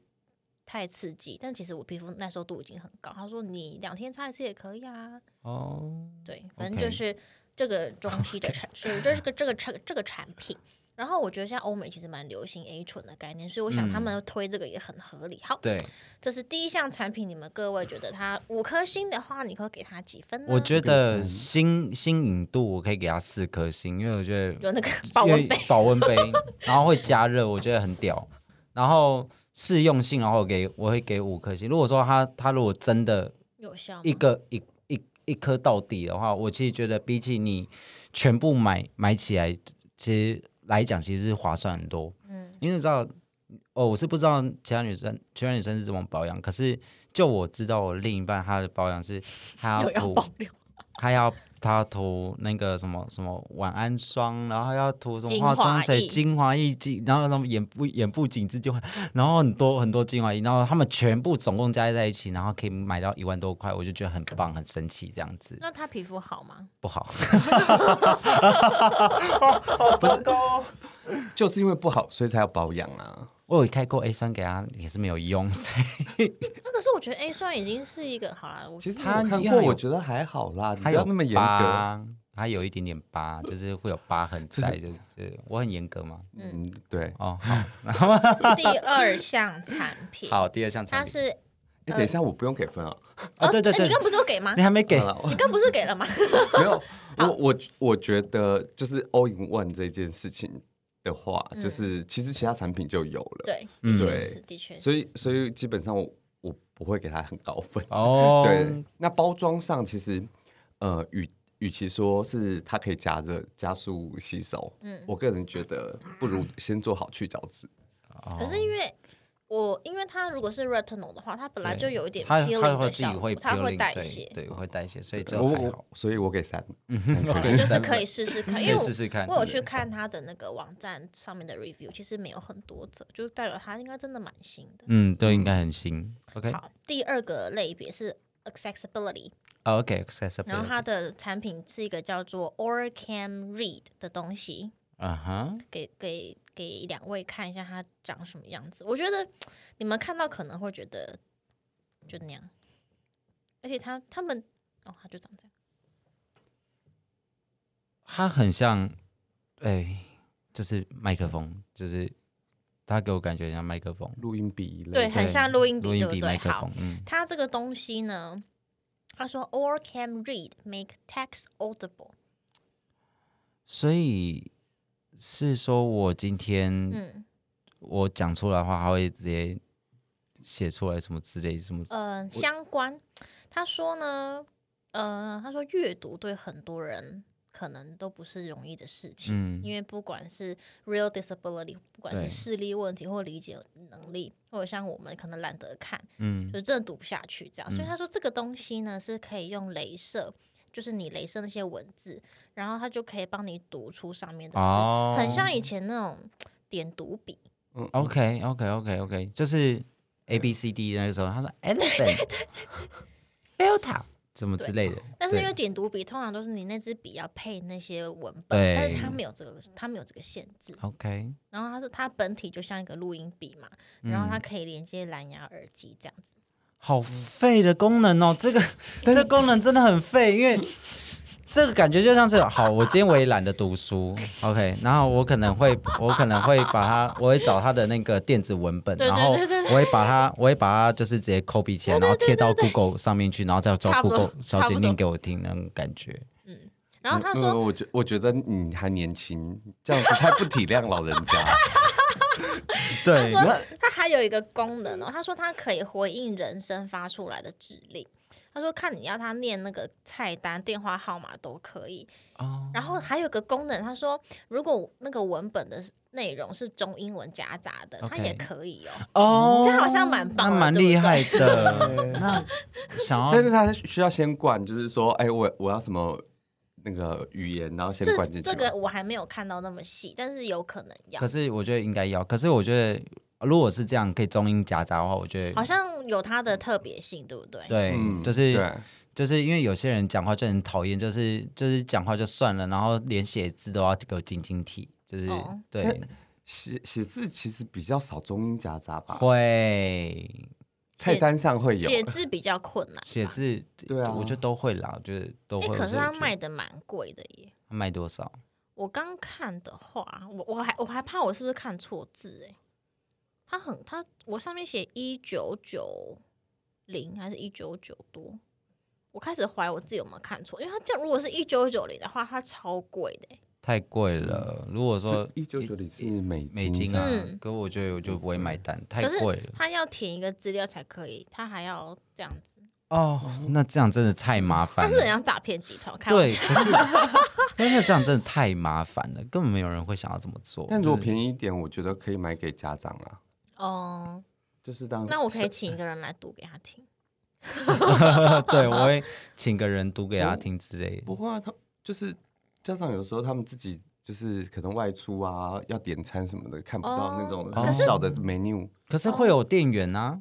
[SPEAKER 2] 太刺激，但其实我皮肤耐受度已经很高，他说你两天擦一次也可以啊。
[SPEAKER 1] 哦，
[SPEAKER 2] 对，反正
[SPEAKER 1] OK
[SPEAKER 2] 就是这个 中期的产，是这是个这个产这个产品。然后我觉得现在欧美其实蛮流行 A 醇的概念，所以我想他们推这个也很合理。好，
[SPEAKER 1] 嗯对，
[SPEAKER 2] 这是第一项产品，你们各位觉得它五颗星的话，你会给它几分呢？
[SPEAKER 1] 我觉
[SPEAKER 3] 给
[SPEAKER 1] 得
[SPEAKER 3] 三
[SPEAKER 1] 新新颖度我可以给它四颗星，因为我觉得
[SPEAKER 2] 有那个 保温杯，，
[SPEAKER 1] 保温杯，然后会加热，我觉得很屌。然后适用性，然后给我会给五颗星。如果说它它如果真的
[SPEAKER 2] 有效
[SPEAKER 1] 一
[SPEAKER 2] 吗？
[SPEAKER 1] 个一一一颗到底的话，我其实觉得比起你全部买买起来，其实来讲其实是划算很多。
[SPEAKER 2] 嗯，
[SPEAKER 1] 因为你知道，哦，我是不知道其他女生其他女生是怎么保养，可是就我知道我另一半她的保养是她
[SPEAKER 2] 有
[SPEAKER 1] 要
[SPEAKER 2] 要
[SPEAKER 1] 涂
[SPEAKER 2] 保留
[SPEAKER 1] 他要他涂那个什么什么晚安霜，然后要涂什么
[SPEAKER 2] 精
[SPEAKER 1] 化
[SPEAKER 2] 华
[SPEAKER 1] 妆水、
[SPEAKER 2] 液
[SPEAKER 1] 精华液、精，然后什么眼部眼部紧致精华，然后很多很多精华液，然后他们全部总共加在一起，然后可以买到一万多块，我就觉得很棒，很神奇，这样子
[SPEAKER 2] 那它皮肤好吗？
[SPEAKER 1] 不 好。
[SPEAKER 3] 就是因为不好，所以才要保养啊。
[SPEAKER 1] 我有开过 A 酸给他，也是没有用，所以
[SPEAKER 2] 那可是我觉得 A 酸已经是一个好啦，我
[SPEAKER 3] 其实
[SPEAKER 1] 它
[SPEAKER 3] 我看
[SPEAKER 1] 一
[SPEAKER 3] 过，
[SPEAKER 1] 样有
[SPEAKER 3] 我觉得还好啦，你不
[SPEAKER 1] 他
[SPEAKER 3] 要
[SPEAKER 1] 有
[SPEAKER 3] 那么严格。
[SPEAKER 1] 疤，他有一点点疤，就是会有疤痕在，就是我很严格吗？
[SPEAKER 3] 嗯，对。
[SPEAKER 1] 哦，好，
[SPEAKER 2] 第二项产品，
[SPEAKER 1] 好，第二项
[SPEAKER 2] 它
[SPEAKER 1] 产品，
[SPEAKER 2] 是
[SPEAKER 3] 哎，等一下，我不用给分啊。
[SPEAKER 1] 哦，对对
[SPEAKER 2] 哎
[SPEAKER 1] 对
[SPEAKER 2] 你，刚不是有给吗
[SPEAKER 1] 你？还没给
[SPEAKER 3] 好，了
[SPEAKER 2] 你刚不是给 了吗？
[SPEAKER 3] 没有，我我我觉得就是 all in one 这件事情的话，就是其实其他产品就有了，
[SPEAKER 2] 对，
[SPEAKER 1] 嗯
[SPEAKER 2] 的确
[SPEAKER 3] 对
[SPEAKER 2] 是，的确是。
[SPEAKER 3] 所以所以基本上我我不会给它很高分。
[SPEAKER 1] 哦，
[SPEAKER 3] 对，那包装上其实呃，与与其说是它可以加热加速吸收，
[SPEAKER 2] 嗯
[SPEAKER 3] 我个人觉得不如先做好去角质。
[SPEAKER 1] 哦
[SPEAKER 2] 可是因为我因为它如果是 retinol 的话，它本来
[SPEAKER 1] 对
[SPEAKER 2] 就有一点
[SPEAKER 1] 它
[SPEAKER 2] peeling
[SPEAKER 1] 它会
[SPEAKER 2] 的
[SPEAKER 1] 自己
[SPEAKER 2] 效果
[SPEAKER 1] 会，
[SPEAKER 2] 它会
[SPEAKER 1] peeling，
[SPEAKER 2] 代
[SPEAKER 1] 对
[SPEAKER 2] 谢，
[SPEAKER 1] 对，嗯会代谢，所以就
[SPEAKER 3] 我
[SPEAKER 1] 还好
[SPEAKER 3] 我，所以我给三，
[SPEAKER 2] 对，就是可以试试看，因为
[SPEAKER 1] 可以
[SPEAKER 2] 我
[SPEAKER 1] 试试看
[SPEAKER 2] 我有去看他的那个网站上面的 review，其实没有很多则，就是代表他应该真的蛮新的。
[SPEAKER 1] 嗯，对，应该很新。OK，
[SPEAKER 2] 好，第二个类别是 accessibility，
[SPEAKER 1] o k a c c e s s i b i
[SPEAKER 2] 然
[SPEAKER 1] l
[SPEAKER 2] 后
[SPEAKER 1] i
[SPEAKER 2] 它
[SPEAKER 1] t
[SPEAKER 2] 的产品是一个叫做 Orcam Read 的东西，
[SPEAKER 1] 啊哈，
[SPEAKER 2] 给给给两位看一下它长什么样子。我觉得你们看到可能会觉得就那样，而且它他们哦，它就长这样。
[SPEAKER 1] 它很像，哎，就是麦克风，就是它给我感觉很像麦克风，
[SPEAKER 3] 录音笔一类
[SPEAKER 2] 对
[SPEAKER 3] 的，
[SPEAKER 2] 很像录音笔
[SPEAKER 1] 录
[SPEAKER 2] 对
[SPEAKER 1] 音
[SPEAKER 2] 不
[SPEAKER 1] 笔
[SPEAKER 2] 对
[SPEAKER 1] 麦克
[SPEAKER 2] 好
[SPEAKER 1] 风，嗯，
[SPEAKER 2] 它这个东西呢，他说 or can read make text audible，
[SPEAKER 1] 所以是说我今天
[SPEAKER 2] 嗯
[SPEAKER 1] 我讲出来的话，它会直接写出来什么之类什么，
[SPEAKER 2] 呃相关。他说呢，呃，他说阅读对很多人可能都不是容易的事情。
[SPEAKER 1] 嗯
[SPEAKER 2] 因为不管是 real disability，不管是
[SPEAKER 1] 对
[SPEAKER 2] 视力问题或理解能力，或者像我们可能懒得看，
[SPEAKER 1] 嗯
[SPEAKER 2] 就真的读不下去这样。所以他说这个东西呢是可以用镭射，就是你镭射那些文字，然后它就可以帮你读出上面的字，
[SPEAKER 1] 哦
[SPEAKER 2] 很像以前那种点读笔。
[SPEAKER 3] 嗯嗯
[SPEAKER 1] OK OK OK OK，就是 A B C D 那个时候，他 说 elephant delta 怎么之类的，
[SPEAKER 2] 但是因
[SPEAKER 1] 对
[SPEAKER 2] 为点读笔通常都是你那支笔要配那些文本，
[SPEAKER 1] 对
[SPEAKER 2] 但是它没有这个，它没有这个限制。
[SPEAKER 1] OK
[SPEAKER 2] 然后它是它本体就像一个录音笔嘛，然后它可以连接蓝牙耳机这样子。
[SPEAKER 1] 好废的功能哦， 这个这个功能真的很废，因为这个感觉就像是好，我今天我也懒得读书，OK，然后我可能会我可能会把它，我会找它的那个电子文本，
[SPEAKER 2] 对对
[SPEAKER 1] 然后
[SPEAKER 2] 对对
[SPEAKER 1] 我会把它我会把它就是直接 copy 起来，然后贴到 Google 上面去，然后再找
[SPEAKER 2] 差不多
[SPEAKER 1] Google 小
[SPEAKER 2] 差不
[SPEAKER 1] 姐
[SPEAKER 2] 多
[SPEAKER 1] 念给我听那种感觉。
[SPEAKER 2] 然后他
[SPEAKER 3] 嗯
[SPEAKER 2] 说，
[SPEAKER 3] 我觉我觉得你还年轻，这样子太不体谅老人 家。
[SPEAKER 1] 对，
[SPEAKER 2] 他说它还有一个功能哦，他说它可以回应人声发出来的指令。他说看你要他念那个菜单、电话号码都可以。
[SPEAKER 1] 哦
[SPEAKER 2] 然后还有个功能，他说如果那个文本的内容是中英文夹杂的，它
[SPEAKER 1] OK
[SPEAKER 2] 也可以哦。
[SPEAKER 1] 哦，
[SPEAKER 2] 这样好像蛮棒
[SPEAKER 1] 那
[SPEAKER 2] 的
[SPEAKER 1] 蛮
[SPEAKER 2] 对不
[SPEAKER 1] 厉
[SPEAKER 2] 对
[SPEAKER 1] 害的。 那想要
[SPEAKER 3] 但是他需要先灌，就是说，哎，我我要什么那个语言，然后先灌
[SPEAKER 2] 这
[SPEAKER 3] 进去。
[SPEAKER 2] 这个我还没有看到那么细，但是有可能要
[SPEAKER 1] 可。是我觉得应该要，可是我觉得如果是这样可以中英夹杂的话，我觉
[SPEAKER 2] 好
[SPEAKER 1] 得
[SPEAKER 2] 像有它的特别性，对不对？
[SPEAKER 1] 对，嗯就是
[SPEAKER 3] 嗯对
[SPEAKER 1] 就是因为有些人讲话就很讨厌，就是就是讲话就算了，然后连写字都要给我晶晶体，就是、
[SPEAKER 2] 哦
[SPEAKER 1] 对
[SPEAKER 3] 写写字其实比较少中英夹杂吧，啊
[SPEAKER 1] 会
[SPEAKER 3] 菜单上会
[SPEAKER 2] 嗯
[SPEAKER 3] 有。
[SPEAKER 2] 写字比较困难吧。
[SPEAKER 1] 写字，
[SPEAKER 3] 对啊
[SPEAKER 1] 我觉得都会 啦，我觉得都
[SPEAKER 2] 哎、
[SPEAKER 1] 会。
[SPEAKER 2] 可是它
[SPEAKER 1] 他
[SPEAKER 2] 卖的蛮贵的耶。
[SPEAKER 1] 卖多少？
[SPEAKER 2] 我刚看的话，我我还我还怕我是不是看错字哎、它很它我上面写一九九零还是一九九多，我开始怀疑我自己有没有看错，因为它这样如果是一九九零的话，它超贵的、欸。
[SPEAKER 1] 太贵了。
[SPEAKER 3] 嗯
[SPEAKER 1] 如果说
[SPEAKER 3] 一九九零是美
[SPEAKER 1] 美金啊，
[SPEAKER 2] 嗯
[SPEAKER 1] 可我觉得我就不会买单，太
[SPEAKER 2] 可是
[SPEAKER 1] 贵了。
[SPEAKER 2] 它要填一个资料才可以，它还要这样子，
[SPEAKER 1] 哦，那这样真的太麻烦
[SPEAKER 2] 它
[SPEAKER 1] 了。
[SPEAKER 2] 是很像诈骗集团。开玩
[SPEAKER 1] 对，
[SPEAKER 2] 笑，
[SPEAKER 1] 可是 但是这样真的太麻烦了，根本没有人会想要这么做。
[SPEAKER 3] 但如果
[SPEAKER 1] 宜，
[SPEAKER 3] 便宜一点，我觉得可以买给家长啊，
[SPEAKER 2] 哦、
[SPEAKER 3] 就是当
[SPEAKER 2] 那我可以请一个人来读给他听。
[SPEAKER 1] 对我会请个人读给他听之类的。
[SPEAKER 3] 不会啊，他就是家长有时候他们自己就是可能外出啊，要点餐什么的，看不到那种
[SPEAKER 2] 哦
[SPEAKER 1] 可
[SPEAKER 3] 很
[SPEAKER 1] 是嗯
[SPEAKER 3] 小的 menu，
[SPEAKER 1] 可是会有店员啊，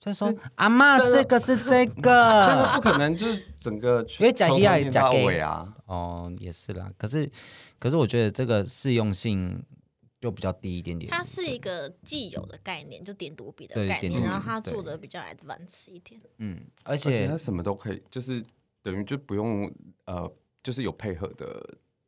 [SPEAKER 1] 就说阿妈这个是这
[SPEAKER 3] 但是
[SPEAKER 1] 个，
[SPEAKER 3] 不可能就是整个
[SPEAKER 1] 因为
[SPEAKER 3] 全
[SPEAKER 1] 假
[SPEAKER 3] 从
[SPEAKER 1] 一啊
[SPEAKER 3] 头念
[SPEAKER 1] 假
[SPEAKER 3] 到
[SPEAKER 1] 给
[SPEAKER 3] 尾啊，
[SPEAKER 1] 哦，也是啦。可是可是我觉得这个适用性就比较低一点点。
[SPEAKER 2] 它是一个既有的概念，就点读笔的
[SPEAKER 1] 对
[SPEAKER 2] 概
[SPEAKER 1] 点
[SPEAKER 2] 念，
[SPEAKER 1] 读笔
[SPEAKER 2] 然后它做
[SPEAKER 1] 对
[SPEAKER 2] 的比较 advanced 一点。
[SPEAKER 1] 嗯，而
[SPEAKER 3] 而且
[SPEAKER 1] 且
[SPEAKER 3] 他什么都可以，就是等于就不用呃，就是有配合的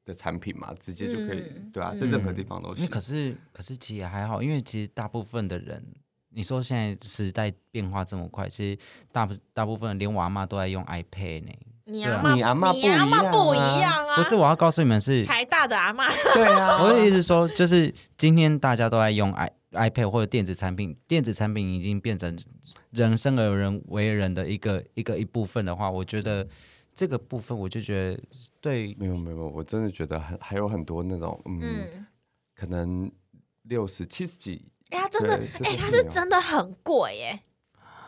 [SPEAKER 3] 的产品嘛，直接就可以，
[SPEAKER 2] 嗯
[SPEAKER 3] 对啊，
[SPEAKER 2] 嗯
[SPEAKER 3] 在任何地方都
[SPEAKER 1] 那
[SPEAKER 3] 行。
[SPEAKER 1] 可是可是其实也还好，因为其实大部分的人，你说现在时代变化这么快，其实大部大部分连我阿妈都在用 iPad 呢。
[SPEAKER 2] 你
[SPEAKER 1] 对啊
[SPEAKER 2] 阿妈，
[SPEAKER 3] 你阿嬷
[SPEAKER 2] 你阿嬷不
[SPEAKER 3] 不
[SPEAKER 2] 一
[SPEAKER 3] 一样
[SPEAKER 2] 样啊！
[SPEAKER 1] 不是，我要告诉你们是，
[SPEAKER 2] 台大的阿妈，
[SPEAKER 3] 对啊，
[SPEAKER 1] 我的意思是说，就是今天大家都在用 i iPad 或者电子产品，电子产品已经变成人生而人为人的一个一个一部分的话，我觉得这个部分我就觉得对
[SPEAKER 3] 没有没有，没有我真的觉得很还有很多那种嗯
[SPEAKER 2] 嗯，
[SPEAKER 3] 可能六十七十几
[SPEAKER 2] 哎、它真的
[SPEAKER 3] 对，
[SPEAKER 2] 哎、
[SPEAKER 3] 这个
[SPEAKER 2] 它
[SPEAKER 3] 是
[SPEAKER 2] 是
[SPEAKER 3] 没有
[SPEAKER 2] 真的很贵耶，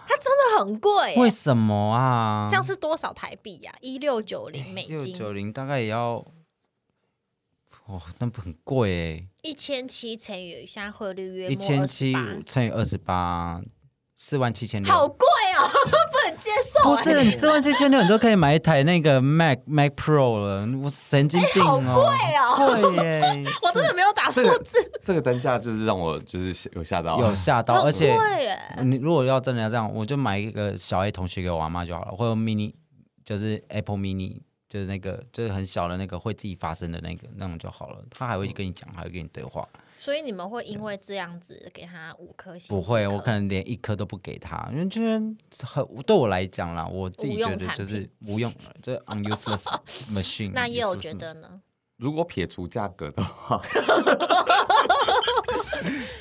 [SPEAKER 2] 它真的很贵
[SPEAKER 1] 为
[SPEAKER 2] 耶，
[SPEAKER 1] 什么啊？
[SPEAKER 2] 这样是多少台币呀、一六九零美
[SPEAKER 1] 六
[SPEAKER 2] 金，
[SPEAKER 1] 九零大概也要，哦，那不很贵欸
[SPEAKER 2] 一千七乘以现在汇率
[SPEAKER 1] 哎，
[SPEAKER 2] 约
[SPEAKER 1] 一
[SPEAKER 2] 莫
[SPEAKER 1] 千七
[SPEAKER 2] 28
[SPEAKER 1] 乘以二十八，四万七千
[SPEAKER 2] 好
[SPEAKER 1] 六。
[SPEAKER 2] 贵哦， 不能接受
[SPEAKER 1] 不
[SPEAKER 2] 哎、
[SPEAKER 1] 是，你四万七千六，你都可以买一台那个 Mac Mac Pro 了，我神经病
[SPEAKER 2] 哎好
[SPEAKER 1] 哦！
[SPEAKER 2] 贵哦，
[SPEAKER 1] 贵耶，
[SPEAKER 2] 我真的没有打
[SPEAKER 3] 这
[SPEAKER 2] 错
[SPEAKER 3] 个
[SPEAKER 2] 字，
[SPEAKER 3] 这个单价就是让我就是有吓 到，
[SPEAKER 1] 有吓到，而
[SPEAKER 2] 很
[SPEAKER 1] 且嗯
[SPEAKER 2] 贵哦耶，
[SPEAKER 1] 你如果要真的要这样，我就买一个小 A 同学给我阿妈就好了，或者 mini 就是 Apple mini，就是那个就是很小的那个会自己发声的那个那种就好了。他还会跟你讲，还会跟你对话。
[SPEAKER 2] 所以你们会因为这样子给他五颗星？
[SPEAKER 1] 不会，我可能连一颗都不给他，因为觉得很对我来讲啦，我自己觉得就是无用，这 unuseless machine。
[SPEAKER 2] 那也有觉得呢？
[SPEAKER 3] 如果撇除价格的 话，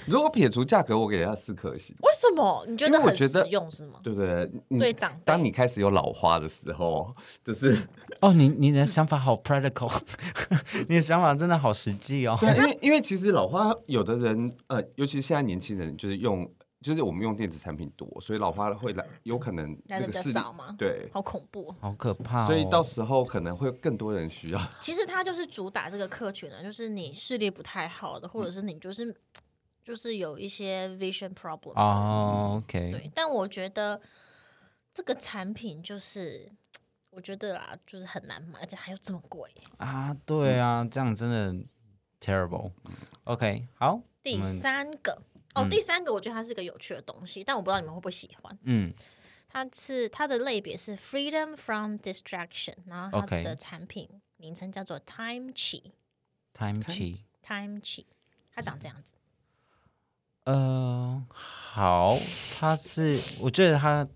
[SPEAKER 3] 如果撇除价格，我给他四颗星，
[SPEAKER 2] 为什么你觉
[SPEAKER 3] 因为
[SPEAKER 2] 得
[SPEAKER 3] 我
[SPEAKER 2] 很
[SPEAKER 3] 觉
[SPEAKER 2] 实
[SPEAKER 3] 得
[SPEAKER 2] 用是吗？
[SPEAKER 3] 对不对？你
[SPEAKER 2] 对长辈
[SPEAKER 3] 当你开始有老花的时候，就是
[SPEAKER 1] 哦，你你的想法好 practical，你的想法真的好实际哦。
[SPEAKER 3] 对，因 为因为其实老花有的人，呃，尤其是现在年轻人，就是用，就是我们用电子产品多，所以老花会来，有可能
[SPEAKER 2] 来
[SPEAKER 3] 那
[SPEAKER 2] 的
[SPEAKER 3] 个
[SPEAKER 2] 比较
[SPEAKER 3] 视力
[SPEAKER 2] 早吗
[SPEAKER 3] 对，
[SPEAKER 2] 好恐怖哦！
[SPEAKER 1] 好可怕、哦！
[SPEAKER 3] 所以到时候可能会有更多人需要。
[SPEAKER 2] 其实它就是主打这个客群啊，就是你视力不太好的，
[SPEAKER 1] 嗯
[SPEAKER 2] 或者是你就是就是有一些 vision problem 的
[SPEAKER 1] 哦，OK，
[SPEAKER 2] 对，但我觉得这个产品就是，我觉得啦，就是很难买，而且还有这么贵。
[SPEAKER 1] 啊，对啊，这样真的 terrible。OK，好，
[SPEAKER 2] 第
[SPEAKER 1] 我们
[SPEAKER 2] 三个哦，第三个我觉得它是一个有趣的东西，但我不知道你们会不会喜欢。
[SPEAKER 1] 嗯，
[SPEAKER 2] 它是它的类别是 Freedom from Distraction，然后它
[SPEAKER 1] OK
[SPEAKER 2] 的产品名称叫做 Time Chi
[SPEAKER 1] time key，
[SPEAKER 2] Time Chi，它长这样子，
[SPEAKER 1] 呃，好，它是，我觉得它，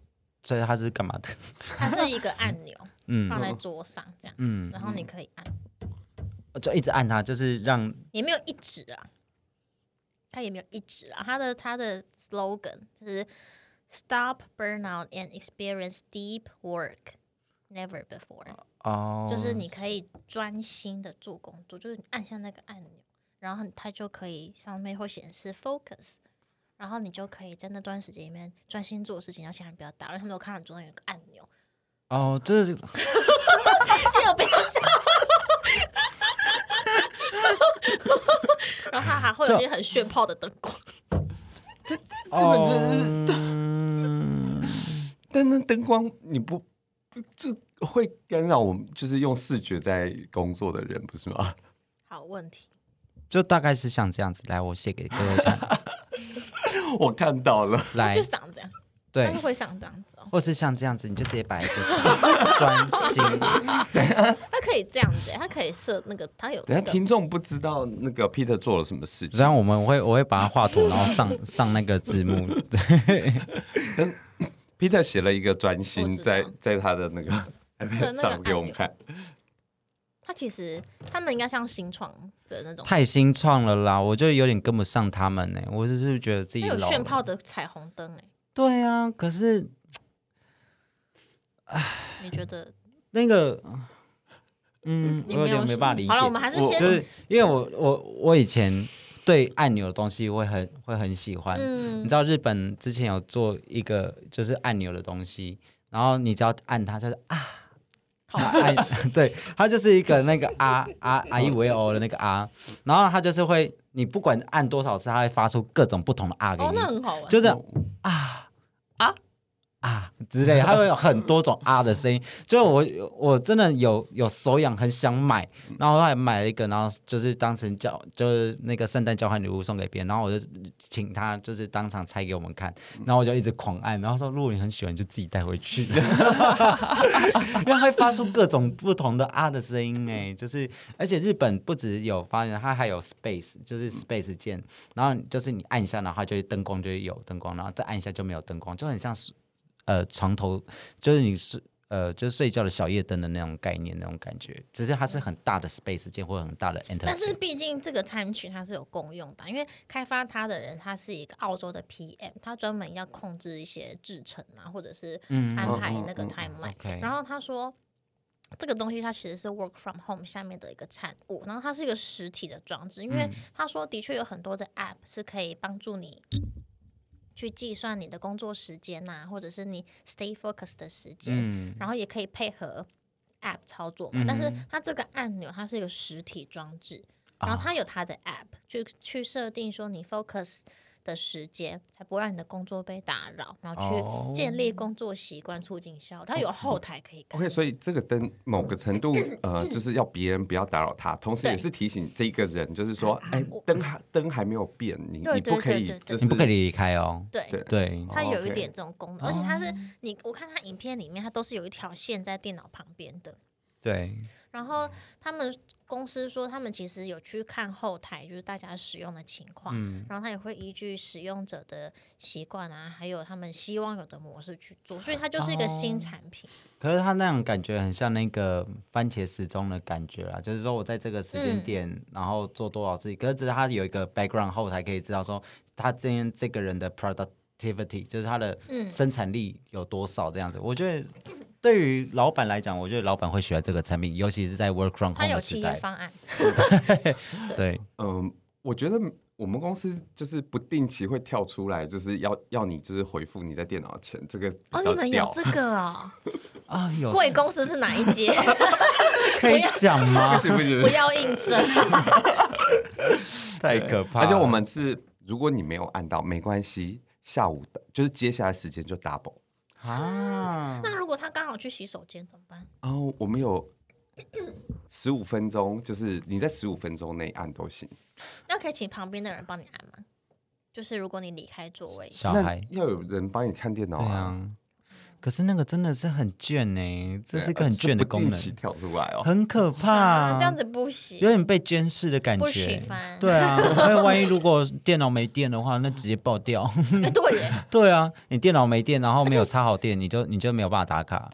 [SPEAKER 1] 所以它是干嘛的？
[SPEAKER 2] 它是一个按钮
[SPEAKER 1] 嗯
[SPEAKER 2] 放在桌上这样，
[SPEAKER 1] 嗯，
[SPEAKER 2] 然后你可以按，
[SPEAKER 1] 就一直按它，就是让
[SPEAKER 2] 也没有一直啊，它也没有一直啊，它的它的 slogan 就是 Stop burnout and experience deep work never before。
[SPEAKER 1] 哦，
[SPEAKER 2] 就是你可以专心的做工作，就是你按下那个按钮，然后它就可以上面会显示 focus，然后你就可以在那段时间里面专心做事情，要千万不要打扰。因为他们我看到桌上有个按钮，
[SPEAKER 1] 哦， 这是
[SPEAKER 2] 没有不要笑。 然后它还会有一些很炫炮的灯光，
[SPEAKER 1] 哦，嗯
[SPEAKER 3] 但那灯光你不，这会干扰我们，就是用视觉在工作的人，不是吗？
[SPEAKER 2] 好问题。
[SPEAKER 1] 就大概是像这样子。来，我写给各位看，
[SPEAKER 3] 我看到了，
[SPEAKER 1] 来
[SPEAKER 2] 就，长这样，它
[SPEAKER 1] 对
[SPEAKER 2] 就，会长这样子哦，
[SPEAKER 1] 或是像这样子，你就直接摆在桌上专 心。
[SPEAKER 2] 它可以这样子，它可以设那个，它有那
[SPEAKER 3] 等一
[SPEAKER 2] 个
[SPEAKER 3] 下听众不知道那个 Peter 做了什么事情
[SPEAKER 1] 然，后我们会，我会把它画图，然后上 上那个字幕。
[SPEAKER 3] Peter 写了一个专心
[SPEAKER 2] 我知道
[SPEAKER 3] 在在他的那 个
[SPEAKER 2] 的那
[SPEAKER 3] iPad
[SPEAKER 2] 个
[SPEAKER 3] 上给我们看，
[SPEAKER 2] 它其实他们应该像新创的那种，
[SPEAKER 1] 太新创了啦，我就有点跟不上他们呢、我只是觉得自己
[SPEAKER 2] 它有
[SPEAKER 1] 老
[SPEAKER 2] 炫炮
[SPEAKER 1] 了。哦
[SPEAKER 2] 的彩虹灯哎、
[SPEAKER 1] 对啊，可是
[SPEAKER 2] 你觉得？
[SPEAKER 1] 那个，嗯，我
[SPEAKER 2] 你
[SPEAKER 1] 有
[SPEAKER 2] 没有
[SPEAKER 1] 点没办法理解。
[SPEAKER 2] 好了，我们还是
[SPEAKER 3] 我
[SPEAKER 2] 先
[SPEAKER 1] 就是因为我我我以前对按钮的东西会很会很喜欢。你
[SPEAKER 2] 嗯
[SPEAKER 1] 知道日本之前有做一个就是按钮的东西，然后你只要按它，就是
[SPEAKER 2] 哦
[SPEAKER 1] 啊，
[SPEAKER 2] 好
[SPEAKER 1] 它按 对，它就是一个那个啊 啊啊一为哦的那个啊，然后它就是会你不管按多少次，它会发出各种不同的啊给
[SPEAKER 2] 哦，
[SPEAKER 1] 你，
[SPEAKER 2] 那很好玩，
[SPEAKER 1] 就是啊啊啊之类的，它会有很多种啊的声音。就我我真的有有手痒，很想买，然后我还买了一个，然后就是当成交就是那个圣诞交换礼物送给别人，然后我就请他就是当场拆给我们看，然后我就一直狂按，然后说如果你很喜欢就自己带回去，因为它会发出各种不同的啊的声音哎、就是而且日本不只有发现，它还有 space，就是
[SPEAKER 2] 嗯
[SPEAKER 1] space 键，然后就是你按一下，然后它就会灯光就会有灯光，然后再按一下就没有灯光，就很像是呃床头，就是你是呃就是睡觉的小夜灯的那种概念那种感觉，只是它是很大的 space 键或者很大的 enter，
[SPEAKER 2] 但是
[SPEAKER 1] 键
[SPEAKER 2] 毕竟这个 time 区它是有共用的，因为开发它的人他是一个澳洲的 PM，他专门要
[SPEAKER 1] 嗯
[SPEAKER 2] 控
[SPEAKER 1] 哦
[SPEAKER 2] 制一些制程啊，或者是安排那个 timeline、
[SPEAKER 1] OK
[SPEAKER 2] 然后他说，这个东西它其实是 work from home 下面的一个产物，然后它是一个实体的装置，因
[SPEAKER 1] 嗯
[SPEAKER 2] 为他说的确有很多的 app 是可以帮助你去计算你的工作时间呐、或者是你 stay focus 的时间，
[SPEAKER 1] 嗯，
[SPEAKER 2] 然后也可以配合 app 操作嘛。但是它这个按钮它是一个实体装置，然后它有它的 app 去去设定说你 focus。的时间才不会让你的工作被打扰，然后
[SPEAKER 1] 哦
[SPEAKER 2] 去建立工作习惯，促进效率。它有后台可以改
[SPEAKER 3] OK，所以这个灯某个程度，呃，就是要别人不要打扰他，同时
[SPEAKER 2] 对
[SPEAKER 3] 也是提醒这个人，就是说，哎，灯还灯还没有变，你
[SPEAKER 2] 对
[SPEAKER 3] 你
[SPEAKER 2] 对
[SPEAKER 3] 不可以
[SPEAKER 2] 对对，对
[SPEAKER 3] 就是
[SPEAKER 1] 你不可以离开哦。
[SPEAKER 2] 对
[SPEAKER 3] 对
[SPEAKER 1] 对，
[SPEAKER 2] 它有一
[SPEAKER 3] OK
[SPEAKER 2] 点这种功能，而且它是你，我看它影片里面，它都是有一条线在电脑旁边的。
[SPEAKER 1] 对，
[SPEAKER 2] 然后他们公司说，他们其实有去看后台，就是大家使用的情况，
[SPEAKER 3] 嗯
[SPEAKER 2] 然后他也会依据使用者的习惯啊，还有他们希望有的模式去做，所以它就是一个新产品。
[SPEAKER 1] 可是它那种感觉很像那个番茄时钟的感觉啦，就是说我在这个时间点，
[SPEAKER 2] 嗯
[SPEAKER 1] 然后做多少事情。可是只是它有一个 background 后台可以知道说他今天这个人的 productivity，就是他的
[SPEAKER 2] 嗯
[SPEAKER 1] 生产力有多少这样子。我觉得对于老板来讲，我觉得老板会喜欢这个产品，尤其是在 work from
[SPEAKER 2] 它
[SPEAKER 1] home
[SPEAKER 2] 有
[SPEAKER 1] 的
[SPEAKER 2] 企
[SPEAKER 1] 时
[SPEAKER 2] 业
[SPEAKER 1] 代。
[SPEAKER 2] 方案，
[SPEAKER 1] 对，
[SPEAKER 3] 嗯，我觉得我们公司就是不定期会跳出来，就是要要你就是回复你在电脑前这个比
[SPEAKER 2] 哦，
[SPEAKER 3] 较
[SPEAKER 2] 你们
[SPEAKER 3] 屌
[SPEAKER 2] 有这个 哦？
[SPEAKER 1] 啊，
[SPEAKER 3] 哎
[SPEAKER 1] 有
[SPEAKER 2] 贵啊公司是哪一阶？
[SPEAKER 1] 可以讲吗
[SPEAKER 3] 不？行不行，
[SPEAKER 2] 不要应征。
[SPEAKER 1] 太可怕了！
[SPEAKER 3] 而且我们是，如果你没有按到，没关系，下午的就是接下来时间就 double。
[SPEAKER 1] 啊，
[SPEAKER 2] 那如果他刚好去洗手间怎么办？
[SPEAKER 3] 然后我们有十五分钟，就是你在十五分钟内按都行。
[SPEAKER 2] 那可以请旁边的人帮你按吗？就是如果你离开座位，
[SPEAKER 1] 小
[SPEAKER 3] 那
[SPEAKER 1] 孩
[SPEAKER 3] 要有人帮你看电脑
[SPEAKER 1] 对
[SPEAKER 3] 啊，
[SPEAKER 1] 啊，可是那个真的是很卷呢、这
[SPEAKER 3] 对啊
[SPEAKER 1] 是一个很卷的功
[SPEAKER 3] 呃不定期
[SPEAKER 1] 能，
[SPEAKER 3] 跳出来哦。
[SPEAKER 1] 很可怕
[SPEAKER 2] 啊，，这样子不行，
[SPEAKER 1] 有点被监视的感
[SPEAKER 2] 不喜
[SPEAKER 1] 觉。
[SPEAKER 2] 欢。
[SPEAKER 1] 对 啊，因为万一如果电脑没电的话，那直接爆掉。
[SPEAKER 2] 哎，对耶，
[SPEAKER 1] 对啊，你电脑没电，然后没有插好电，你就你就没有办法打卡。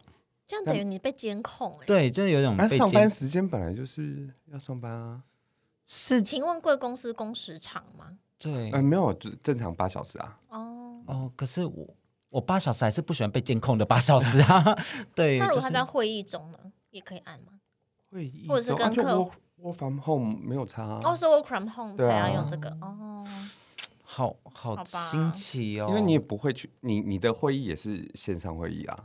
[SPEAKER 2] 这样等于你被监控哎。
[SPEAKER 1] 对，就有一种
[SPEAKER 3] 那
[SPEAKER 1] 被
[SPEAKER 3] 啊上班
[SPEAKER 1] 监
[SPEAKER 3] 时间本来就是要上班啊，
[SPEAKER 1] 是，
[SPEAKER 2] 请问贵公司工时长吗？
[SPEAKER 1] 对
[SPEAKER 3] 呃，没有，就正常八小时啊。
[SPEAKER 2] 哦，
[SPEAKER 1] 哦。可是我我八小时还是不喜欢被监控的八小时啊。 对，
[SPEAKER 2] 那如
[SPEAKER 1] 就
[SPEAKER 2] 果他
[SPEAKER 1] 是
[SPEAKER 2] 在会议中呢，也可以按吗？
[SPEAKER 3] 会议
[SPEAKER 2] 或者是
[SPEAKER 3] 中啊
[SPEAKER 2] 跟
[SPEAKER 3] 就
[SPEAKER 2] 客
[SPEAKER 3] work work from home 没有差啊
[SPEAKER 2] 哦，是 work from home 才
[SPEAKER 3] 对啊
[SPEAKER 2] 要用这个哦。
[SPEAKER 1] 好
[SPEAKER 2] 好
[SPEAKER 1] 好
[SPEAKER 2] 吧
[SPEAKER 1] 新奇哦，
[SPEAKER 3] 因为你也不会去，你你的会议也是线上会议啊。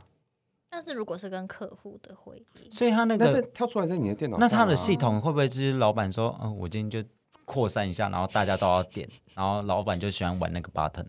[SPEAKER 2] 但是如果是跟客户的会议，
[SPEAKER 1] 所以他那
[SPEAKER 3] 那
[SPEAKER 1] 个
[SPEAKER 3] 在跳出来在你的电脑上
[SPEAKER 1] 那
[SPEAKER 3] 啊，
[SPEAKER 1] 他的系统会不会就是老板说，嗯，我今天就扩散一下，然后大家都要点，然后老板就喜欢玩那个 button，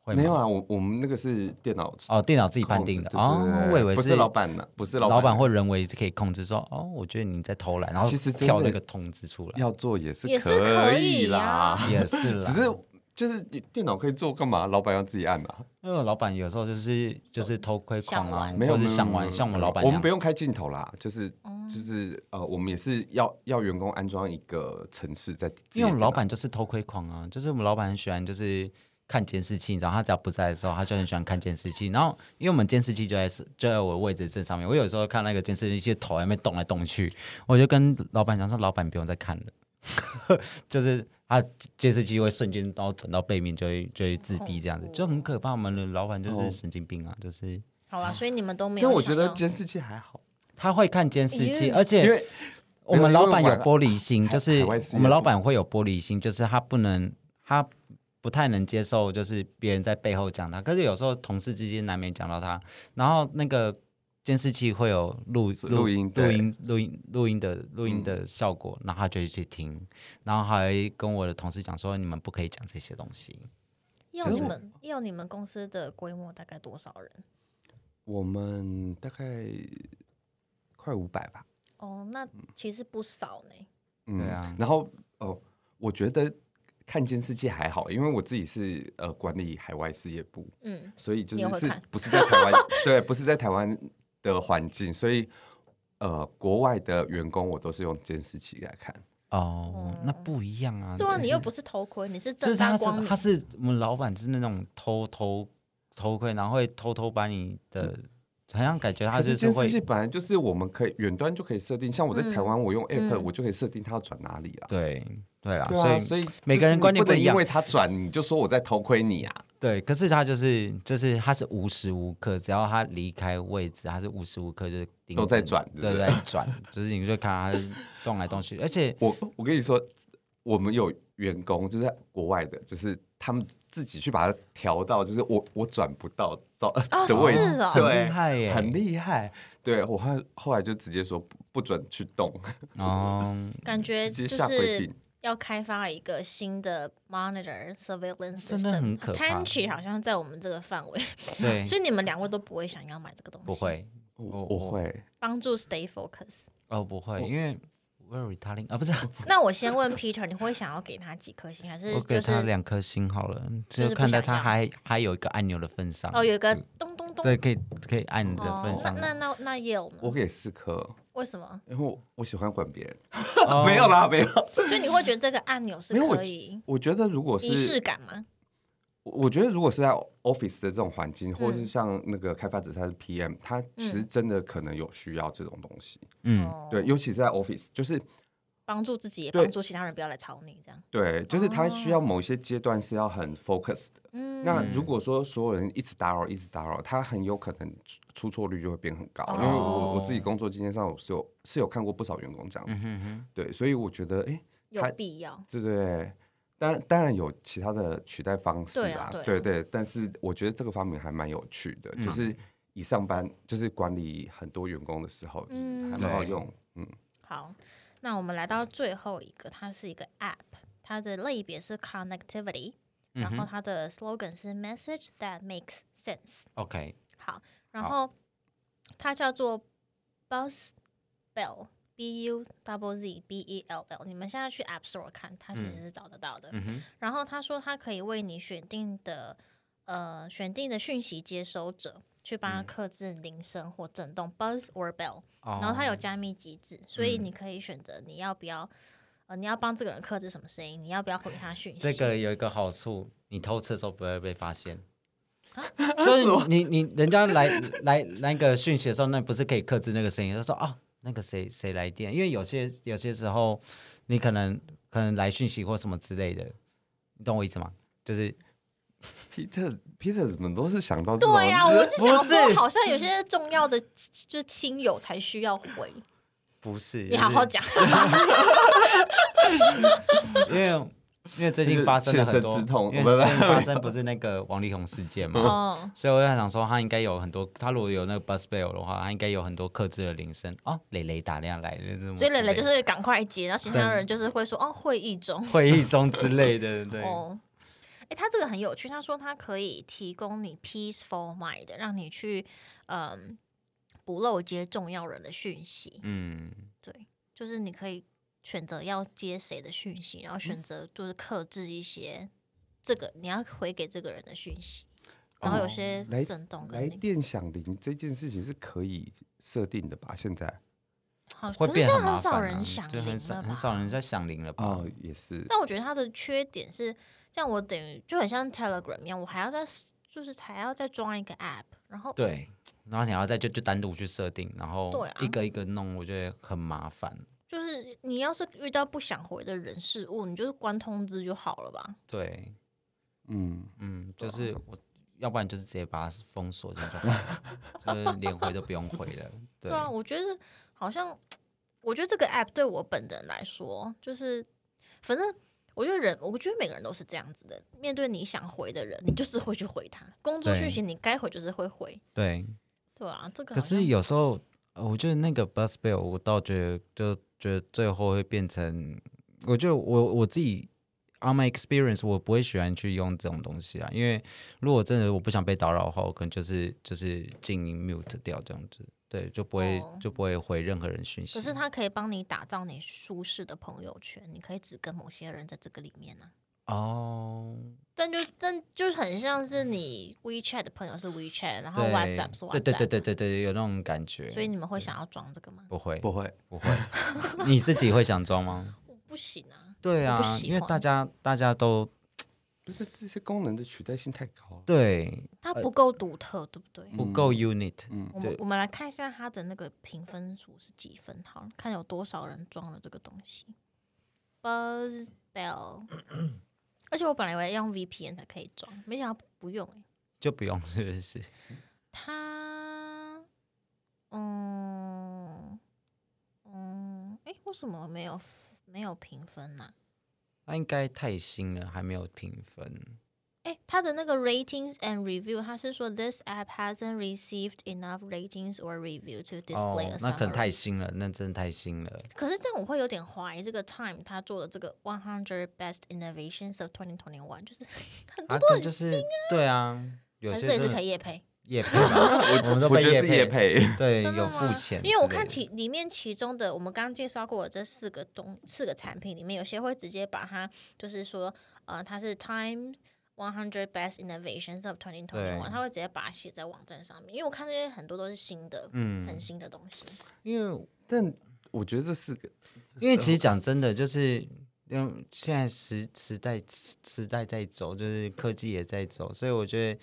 [SPEAKER 1] 会吗
[SPEAKER 3] 没有啊，我我们那个是电脑
[SPEAKER 1] 哦，电脑自己判定的
[SPEAKER 3] 控制对对
[SPEAKER 1] 哦
[SPEAKER 3] 对，
[SPEAKER 1] 我以为
[SPEAKER 3] 不是老板呢，不是老
[SPEAKER 1] 老
[SPEAKER 3] 板
[SPEAKER 1] 板会人为可以控制说，哦，我觉得你在偷懒，然后
[SPEAKER 3] 其实真的
[SPEAKER 1] 跳那个通知出来，
[SPEAKER 3] 要做也是
[SPEAKER 2] 也是可以
[SPEAKER 3] 以啦，
[SPEAKER 2] 啊
[SPEAKER 1] 也是啦。
[SPEAKER 3] 只是就是你电脑可以做干嘛？老板要自己按啊，
[SPEAKER 1] 因为老板有时候就是就是偷窥狂
[SPEAKER 2] 想
[SPEAKER 1] 啊，
[SPEAKER 2] 玩
[SPEAKER 1] 或
[SPEAKER 3] 没有
[SPEAKER 1] 者
[SPEAKER 3] 没有
[SPEAKER 1] 想
[SPEAKER 3] 没
[SPEAKER 1] 玩，
[SPEAKER 3] 有
[SPEAKER 1] 像我
[SPEAKER 3] 没有
[SPEAKER 1] 老板一
[SPEAKER 3] 我
[SPEAKER 1] 样
[SPEAKER 3] 们不用开镜头啦，就是
[SPEAKER 2] 哦
[SPEAKER 3] 就是呃，我们也是要要员工安装一个程式在自己的
[SPEAKER 1] 因为我们
[SPEAKER 3] 电脑
[SPEAKER 1] 老板就是偷窥狂啊，就是我们老板很喜欢就是看监视器，然后他只要不在的时候，他就很喜欢看监视器。然后因为我们监视器就在就在我位置正上面，我有时候看那个监视器头还没动来动去，我就跟老板讲说：“老板，你不用再看了。” 就是他监视器会瞬间然后转到背面，就会就会自闭这样子，就很可怕。我们的老板就是
[SPEAKER 3] 哦
[SPEAKER 1] 神经病啊，就是
[SPEAKER 2] 好啦，所以你们都没有想
[SPEAKER 3] 但
[SPEAKER 2] 要。
[SPEAKER 3] 我觉得监视器还好，
[SPEAKER 1] 他会看监视器，
[SPEAKER 2] 咦
[SPEAKER 1] 而
[SPEAKER 3] 因
[SPEAKER 1] 且
[SPEAKER 3] 为
[SPEAKER 1] 我们老板
[SPEAKER 3] 因
[SPEAKER 1] 有
[SPEAKER 3] 为
[SPEAKER 1] 玻璃心，
[SPEAKER 3] 海
[SPEAKER 1] 就是
[SPEAKER 3] 海外事业
[SPEAKER 1] 我们老板会有玻璃心，就是他不能，他不太能接受，就是别人在背后讲他。可是有时候同事之间难免讲到他，然后那个监视器会有录
[SPEAKER 3] 是录音
[SPEAKER 1] 录
[SPEAKER 3] 对嗯
[SPEAKER 1] 音、录音、录音的录音的效果，然后他就会去听，然后还跟我的同事讲说，你们不可以讲这些东西。
[SPEAKER 2] 要
[SPEAKER 3] 可是
[SPEAKER 2] 你
[SPEAKER 3] 我
[SPEAKER 2] 们要你们公司的规模大概多少人？
[SPEAKER 3] 我们大概快五百吧，
[SPEAKER 2] 哦，那其实不少呢。
[SPEAKER 3] 嗯
[SPEAKER 1] 对啊
[SPEAKER 3] 然后哦，我觉得看监视器还好，因为我自己是呃管理海外事业部，
[SPEAKER 2] 嗯，
[SPEAKER 3] 所以就
[SPEAKER 2] 你也会
[SPEAKER 3] 是是
[SPEAKER 2] 看
[SPEAKER 3] 不是在台湾？ 对，不是在台湾的环境，所以呃，国外的员工我都是用监视器来看。
[SPEAKER 1] 哦，那
[SPEAKER 2] 哦
[SPEAKER 1] 不一样啊。
[SPEAKER 2] 对啊，
[SPEAKER 1] 就是
[SPEAKER 2] 你又不是头盔，你是
[SPEAKER 1] 就
[SPEAKER 2] 正
[SPEAKER 1] 是
[SPEAKER 2] 大
[SPEAKER 1] 他
[SPEAKER 2] 光
[SPEAKER 1] 是
[SPEAKER 2] 明
[SPEAKER 1] 他。是我们老板是那种偷偷偷窥，然后会偷偷把你的，好像感觉他
[SPEAKER 3] 可
[SPEAKER 1] 啊就是是
[SPEAKER 3] 监视器
[SPEAKER 1] 会
[SPEAKER 3] 本来就是我们可以远端就可以设定，像我在台湾，我用 app
[SPEAKER 2] 嗯
[SPEAKER 3] 我就可以设定它要转哪里啦。
[SPEAKER 1] 对对啦，
[SPEAKER 3] 对
[SPEAKER 1] 所
[SPEAKER 3] 啊，
[SPEAKER 1] 以
[SPEAKER 3] 所以
[SPEAKER 1] 每个人观念
[SPEAKER 3] 就是你
[SPEAKER 1] 不一
[SPEAKER 3] 不能
[SPEAKER 1] 样
[SPEAKER 3] 因为他转你就说我在偷窥你啊。
[SPEAKER 1] 对，可是他就是就是他是无时无刻，只要他离开位置，他是无时无刻就是盯
[SPEAKER 3] 都在
[SPEAKER 1] 着你
[SPEAKER 3] 转对不
[SPEAKER 1] 对，
[SPEAKER 3] 对
[SPEAKER 1] 在转，就是你就看他就是动来动去，而且
[SPEAKER 3] 我我跟你说，我们有员工就是在国外的，就是他们自己去把它调到，就是我我转不到照
[SPEAKER 2] 哦
[SPEAKER 3] 的位置，
[SPEAKER 2] 是哦
[SPEAKER 1] 很
[SPEAKER 3] 对
[SPEAKER 1] 厉害耶
[SPEAKER 3] 很厉害。对我后后来就直接说不不准去动，
[SPEAKER 1] 哦，
[SPEAKER 2] 感觉
[SPEAKER 3] 直接
[SPEAKER 2] 就
[SPEAKER 3] 下规
[SPEAKER 2] 是
[SPEAKER 3] 定。
[SPEAKER 2] 要开发一个新的 monitor surveillance
[SPEAKER 1] 真的
[SPEAKER 2] system。
[SPEAKER 1] 很可
[SPEAKER 2] t
[SPEAKER 1] 怕
[SPEAKER 2] a，n c h i 好像在我们这个范围，
[SPEAKER 1] 对，
[SPEAKER 2] 所以你们两位都不会想要买这个东西，
[SPEAKER 1] 不会，我
[SPEAKER 3] 我会，
[SPEAKER 2] 帮助 stay focus。
[SPEAKER 1] 哦不会，因为 very t a l i n g 啊 不是，
[SPEAKER 2] 那我先问 Peter，你会想要给他几颗星，还是
[SPEAKER 1] 我
[SPEAKER 2] 就
[SPEAKER 1] 给他
[SPEAKER 2] 是
[SPEAKER 1] 两颗星好了，
[SPEAKER 2] 就是
[SPEAKER 1] 就
[SPEAKER 2] 不
[SPEAKER 1] 看在
[SPEAKER 2] 想
[SPEAKER 1] 他
[SPEAKER 2] 要
[SPEAKER 1] 还还有一个按钮的份上，嗯
[SPEAKER 2] 哦有一个咚咚咚
[SPEAKER 1] 对，可以可以按你的
[SPEAKER 2] 哦
[SPEAKER 1] 份
[SPEAKER 2] 那
[SPEAKER 1] 上，
[SPEAKER 2] 那那那 Yale
[SPEAKER 3] 我
[SPEAKER 2] 呢？
[SPEAKER 3] 给四颗，
[SPEAKER 2] 为什么？
[SPEAKER 3] 因为我我喜欢管别人，
[SPEAKER 1] 哦
[SPEAKER 3] 没有啦，没有。
[SPEAKER 2] 所以你会觉得这个按钮是
[SPEAKER 3] 没有我
[SPEAKER 2] 可以
[SPEAKER 3] 我觉得如果是
[SPEAKER 2] 仪式感吗？
[SPEAKER 3] 我我觉得如果是在 office 的这种环境，或
[SPEAKER 2] 嗯
[SPEAKER 3] 是像那个开发者他是 PM，他其实真的可能有需要这种东西。
[SPEAKER 1] 嗯，
[SPEAKER 2] 哦
[SPEAKER 3] 对，，尤其是在 office，就是
[SPEAKER 2] 帮助自己，也
[SPEAKER 3] 对
[SPEAKER 2] 帮助其他人，不要来吵你这样。
[SPEAKER 3] 对，就是他需要某一些阶段是要很 focus 的。
[SPEAKER 2] 哦嗯，
[SPEAKER 3] 那如果说所有人一直打扰，一直打扰，他很有可能出出错率就会变很高。
[SPEAKER 2] 哦嗯
[SPEAKER 3] 因为我我自己工作经验上，我是有是有看过不少员工这
[SPEAKER 1] 嗯
[SPEAKER 3] 样子。对，所以我觉得，哎，
[SPEAKER 2] 有
[SPEAKER 3] 他
[SPEAKER 2] 必要。
[SPEAKER 3] 对对，当当然有其他的取代方式
[SPEAKER 2] 对啊
[SPEAKER 3] 啦，
[SPEAKER 2] 对啊嗯
[SPEAKER 3] 对对，但是我觉得这个发明还蛮有趣的，就是以上班就是管理很多员工的时候，
[SPEAKER 2] 嗯
[SPEAKER 3] 还蛮好用。嗯，
[SPEAKER 2] 好，那我们来到最后一个，它是一个 App，它的类别是 Connectivity，然
[SPEAKER 1] 嗯
[SPEAKER 2] 后它的 slogan 是 Message that makes sense。
[SPEAKER 1] ，OK，
[SPEAKER 2] 好，然后它叫做 Buzz Bell。B U double Z B E L L，你们现在去 App Store 看，它其实是找得到的。
[SPEAKER 1] 嗯哼，
[SPEAKER 2] 然后他说，他可以为你选定的呃选定的讯息接收者去帮他
[SPEAKER 1] 嗯
[SPEAKER 2] 克制铃声或震动 buzz or bell，、
[SPEAKER 1] 哦嗯
[SPEAKER 2] 然后它有加密机制，所以你可以选择你要不要、呃你要帮这个人克制什么声音，你要不要回他讯息。
[SPEAKER 1] 这个有一个好处，你偷吃的时候不会被发现
[SPEAKER 2] 啊。
[SPEAKER 1] 就是你你人家来来来那个讯息的时候，那不是可以克制那个声音？他说啊，那个谁谁来电，因为有些有些时候你可能可能来讯息或什么之类的，你懂我意思吗？就是
[SPEAKER 3] 皮特皮特怎么都是想到这种
[SPEAKER 2] 对呀、我是
[SPEAKER 1] 不
[SPEAKER 2] 想说，
[SPEAKER 1] 是
[SPEAKER 2] 好像有些重要的就是亲友才需要回，
[SPEAKER 1] 不是？
[SPEAKER 2] 你好 好讲。
[SPEAKER 1] 就是因为因为最近发生了很
[SPEAKER 3] 切
[SPEAKER 1] 多，
[SPEAKER 3] 身之痛
[SPEAKER 1] 因为最近发生不是那个王力宏事件嘛？
[SPEAKER 2] 哦，
[SPEAKER 1] 所以我在想说，他应该有很多，他如果有那个 bus bell 的话，他应该有很多克制的铃声哦，磊磊打电话来，这种
[SPEAKER 2] 所以
[SPEAKER 1] 嗯之类
[SPEAKER 2] 磊磊
[SPEAKER 1] 的
[SPEAKER 2] 就是赶快接，然后其他人就是会说哦会议中。
[SPEAKER 1] 会议中之类的，对，
[SPEAKER 2] 哦，哎，他这个很有趣，他说他可以提供你 peaceful mind，让你去嗯不漏接重要人的讯息，
[SPEAKER 1] 嗯，
[SPEAKER 2] 对，就是你可以选择要接谁的讯息，然后选择就是克制一些这个你要回给这个人的讯息，然后有些
[SPEAKER 1] 哦
[SPEAKER 3] 来
[SPEAKER 2] 震动跟
[SPEAKER 3] 来
[SPEAKER 2] 你、
[SPEAKER 3] 电响铃这件事情是可以设定的吧？现在
[SPEAKER 2] 好，
[SPEAKER 1] 会
[SPEAKER 2] 可是
[SPEAKER 1] 变
[SPEAKER 2] 现在
[SPEAKER 1] 很麻
[SPEAKER 2] 很
[SPEAKER 1] 烦啊、
[SPEAKER 2] 少人响
[SPEAKER 1] 就
[SPEAKER 2] 铃
[SPEAKER 1] 很少
[SPEAKER 2] 了吧？
[SPEAKER 1] 很少人在响铃了吧？
[SPEAKER 3] 哦，也是
[SPEAKER 2] 但我觉得它的缺点是，像我等于就很像 Telegram 一样，我还要再就是还要再装一个 app，然后
[SPEAKER 1] 对，然后你要再就就单独去设定，然后
[SPEAKER 2] 对啊
[SPEAKER 1] 一个一个弄，我觉得很麻烦。
[SPEAKER 2] 就是你要是遇到不想回的人事物，你就是关通知就好了吧？
[SPEAKER 1] 对，
[SPEAKER 3] 嗯，
[SPEAKER 1] 嗯，就是我，要不然就是直接把它封锁这种， 就是连回都不用回了。对，
[SPEAKER 2] 啊，我觉得好像，我觉得这个 app 对我本人来说，就是反正我觉得人，我觉得每个人都是这样子的。面对你想回的人，你就是会去回他。工作
[SPEAKER 1] 对
[SPEAKER 2] 讯息你该回就是会回，
[SPEAKER 1] 对，
[SPEAKER 2] 对啊，这个
[SPEAKER 1] 可
[SPEAKER 2] 好像
[SPEAKER 1] 是有时候，呃我觉得那个 bus bell，我倒觉得就觉得最后会变成，我觉得我我自己 on my experience，我不会喜欢去用这种东西啊，因为如果真的我不想被打扰的话，我可能就是就是静音 mute 掉这样子，对，就不会、
[SPEAKER 2] 哦
[SPEAKER 1] 就不会回任何人讯息。
[SPEAKER 2] 可是它可以帮你打造你舒适的朋友圈，你可以只跟某些人在这个里面呢、
[SPEAKER 1] 哦，
[SPEAKER 2] 但就但就很像是你 WeChat 的朋友是 WeChat，然后
[SPEAKER 1] 嗯对
[SPEAKER 2] WhatsApp 是 WhatsApp，
[SPEAKER 1] 对对对对对对，有那种感觉。
[SPEAKER 2] 所以你们会想要装这个吗？
[SPEAKER 1] 不会
[SPEAKER 3] 不会，
[SPEAKER 1] 不 会，你自己会想装吗？
[SPEAKER 2] 我不行啊，
[SPEAKER 1] 对
[SPEAKER 2] 我不
[SPEAKER 1] 啊，
[SPEAKER 2] 喜
[SPEAKER 1] 因为
[SPEAKER 2] 欢
[SPEAKER 1] 大家大家都
[SPEAKER 3] 不是这些功能的取代性太高了。
[SPEAKER 1] 对
[SPEAKER 2] 它不够独特，对不对？
[SPEAKER 1] 不够 unit，
[SPEAKER 3] 嗯
[SPEAKER 2] 我们
[SPEAKER 1] 呃嗯对
[SPEAKER 2] 我们来看一下它的那个评分数是几分，好，看有多少人装了这个东西。Buzz Bell，而且我本来以为要用 VPN 才可以装，没想到不用、欸。
[SPEAKER 1] 就不用是不是？
[SPEAKER 2] 它，嗯嗯，哎、为什么没有没有评分啊呐、
[SPEAKER 1] 它应该太新了，还没有评分。
[SPEAKER 2] 哎，它的那个 ratings and review，它是说 this app hasn't received enough ratings or review to display
[SPEAKER 1] 哦
[SPEAKER 2] a summary、，
[SPEAKER 1] 那可能太新了，那真的太新了。
[SPEAKER 2] 可是这样我会有点怀疑这个 Time 他做的这个 One Hundred Best Innovations of Twenty Twenty One，就是 很多
[SPEAKER 1] 啊，
[SPEAKER 2] 都
[SPEAKER 1] 但
[SPEAKER 2] 很
[SPEAKER 1] 就是对啊，有
[SPEAKER 2] 还
[SPEAKER 1] 些
[SPEAKER 2] 是也
[SPEAKER 1] 真
[SPEAKER 2] 是
[SPEAKER 1] 的
[SPEAKER 2] 可以夜配，
[SPEAKER 1] 业配 吧，我们都
[SPEAKER 3] 我
[SPEAKER 1] 被
[SPEAKER 3] 觉得是
[SPEAKER 1] 业
[SPEAKER 3] 叶，配，
[SPEAKER 1] 对，
[SPEAKER 2] 真的
[SPEAKER 1] 有
[SPEAKER 2] 吗
[SPEAKER 1] 付钱之类的。
[SPEAKER 2] 因为我看其里面其中的我们刚刚介绍过的这四个东四个产品里面，有些会直接把它就是说，呃，它是 Time One Hundred Best Innovations of Twenty Twenty
[SPEAKER 1] 对
[SPEAKER 2] One，它会直接把它写在网站上面，因为我看这些很多都是新的，
[SPEAKER 1] 嗯
[SPEAKER 2] 很新的东西，
[SPEAKER 1] 因为
[SPEAKER 3] 但我觉得这四个
[SPEAKER 1] 因为其实讲真的，就是因为现在时时代时代在走，就是科技也在走，所以我觉得，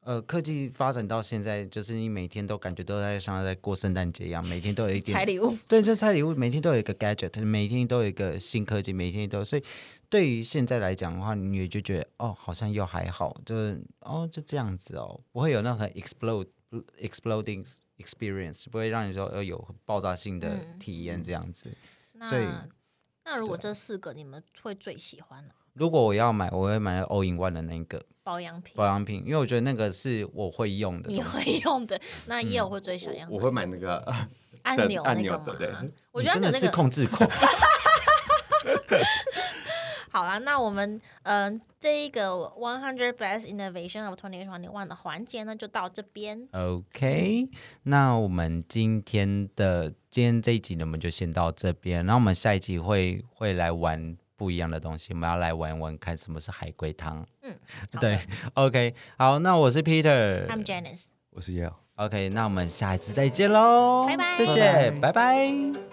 [SPEAKER 1] 呃，科技发展到现在，就是你每天都感觉都在像在过圣诞节一样，每天都有一
[SPEAKER 2] 彩
[SPEAKER 1] 点，
[SPEAKER 2] 礼物，
[SPEAKER 1] 对，就拆礼物，每天都有一个 gadget，每天都有一个新科技，每天都有，所以对于现在来讲的话，你也就觉得哦，好像又还好，就是哦就这样子哦，不会有那种很 explode exploding experience，不会让你说呃有爆炸性的
[SPEAKER 2] 嗯
[SPEAKER 1] 体验这样子。所以
[SPEAKER 2] 那 那如果
[SPEAKER 1] 对
[SPEAKER 2] 这四个你们会最喜欢呢？
[SPEAKER 1] 如果我要买，我会买 All in One 的那个
[SPEAKER 2] 保养品
[SPEAKER 1] 保养品，因为我觉得那个是我会用的
[SPEAKER 2] 你
[SPEAKER 1] 东西。
[SPEAKER 2] 会用的，那
[SPEAKER 1] 嗯
[SPEAKER 2] 也有会最想要
[SPEAKER 3] 我
[SPEAKER 2] 买
[SPEAKER 3] 会买那个
[SPEAKER 2] 按
[SPEAKER 3] 的
[SPEAKER 2] 钮
[SPEAKER 3] 按
[SPEAKER 2] 那
[SPEAKER 3] 钮
[SPEAKER 2] 个
[SPEAKER 3] 的对
[SPEAKER 2] 嘛。我
[SPEAKER 1] 你
[SPEAKER 2] 觉得
[SPEAKER 1] 真的
[SPEAKER 2] 按钮那
[SPEAKER 1] 是
[SPEAKER 2] 个
[SPEAKER 1] 控制狂，
[SPEAKER 2] 好啦，那我们嗯、这一个 One Hundred Best Innovation of Twenty Twenty One 的环节呢，就到这边。
[SPEAKER 1] OK，那我们今天的今天这一集呢，我们就先到这边。然后我们下一集会会来玩不一样的东西，我们要来玩玩看什么是海龟汤。
[SPEAKER 2] 嗯，
[SPEAKER 1] 对，OK，好，那我是
[SPEAKER 2] I'm
[SPEAKER 1] Peter。
[SPEAKER 2] Janice。
[SPEAKER 3] 我是 Yale。
[SPEAKER 1] OK，那我们下一次再见喽，
[SPEAKER 2] 拜拜
[SPEAKER 1] 谢谢，拜拜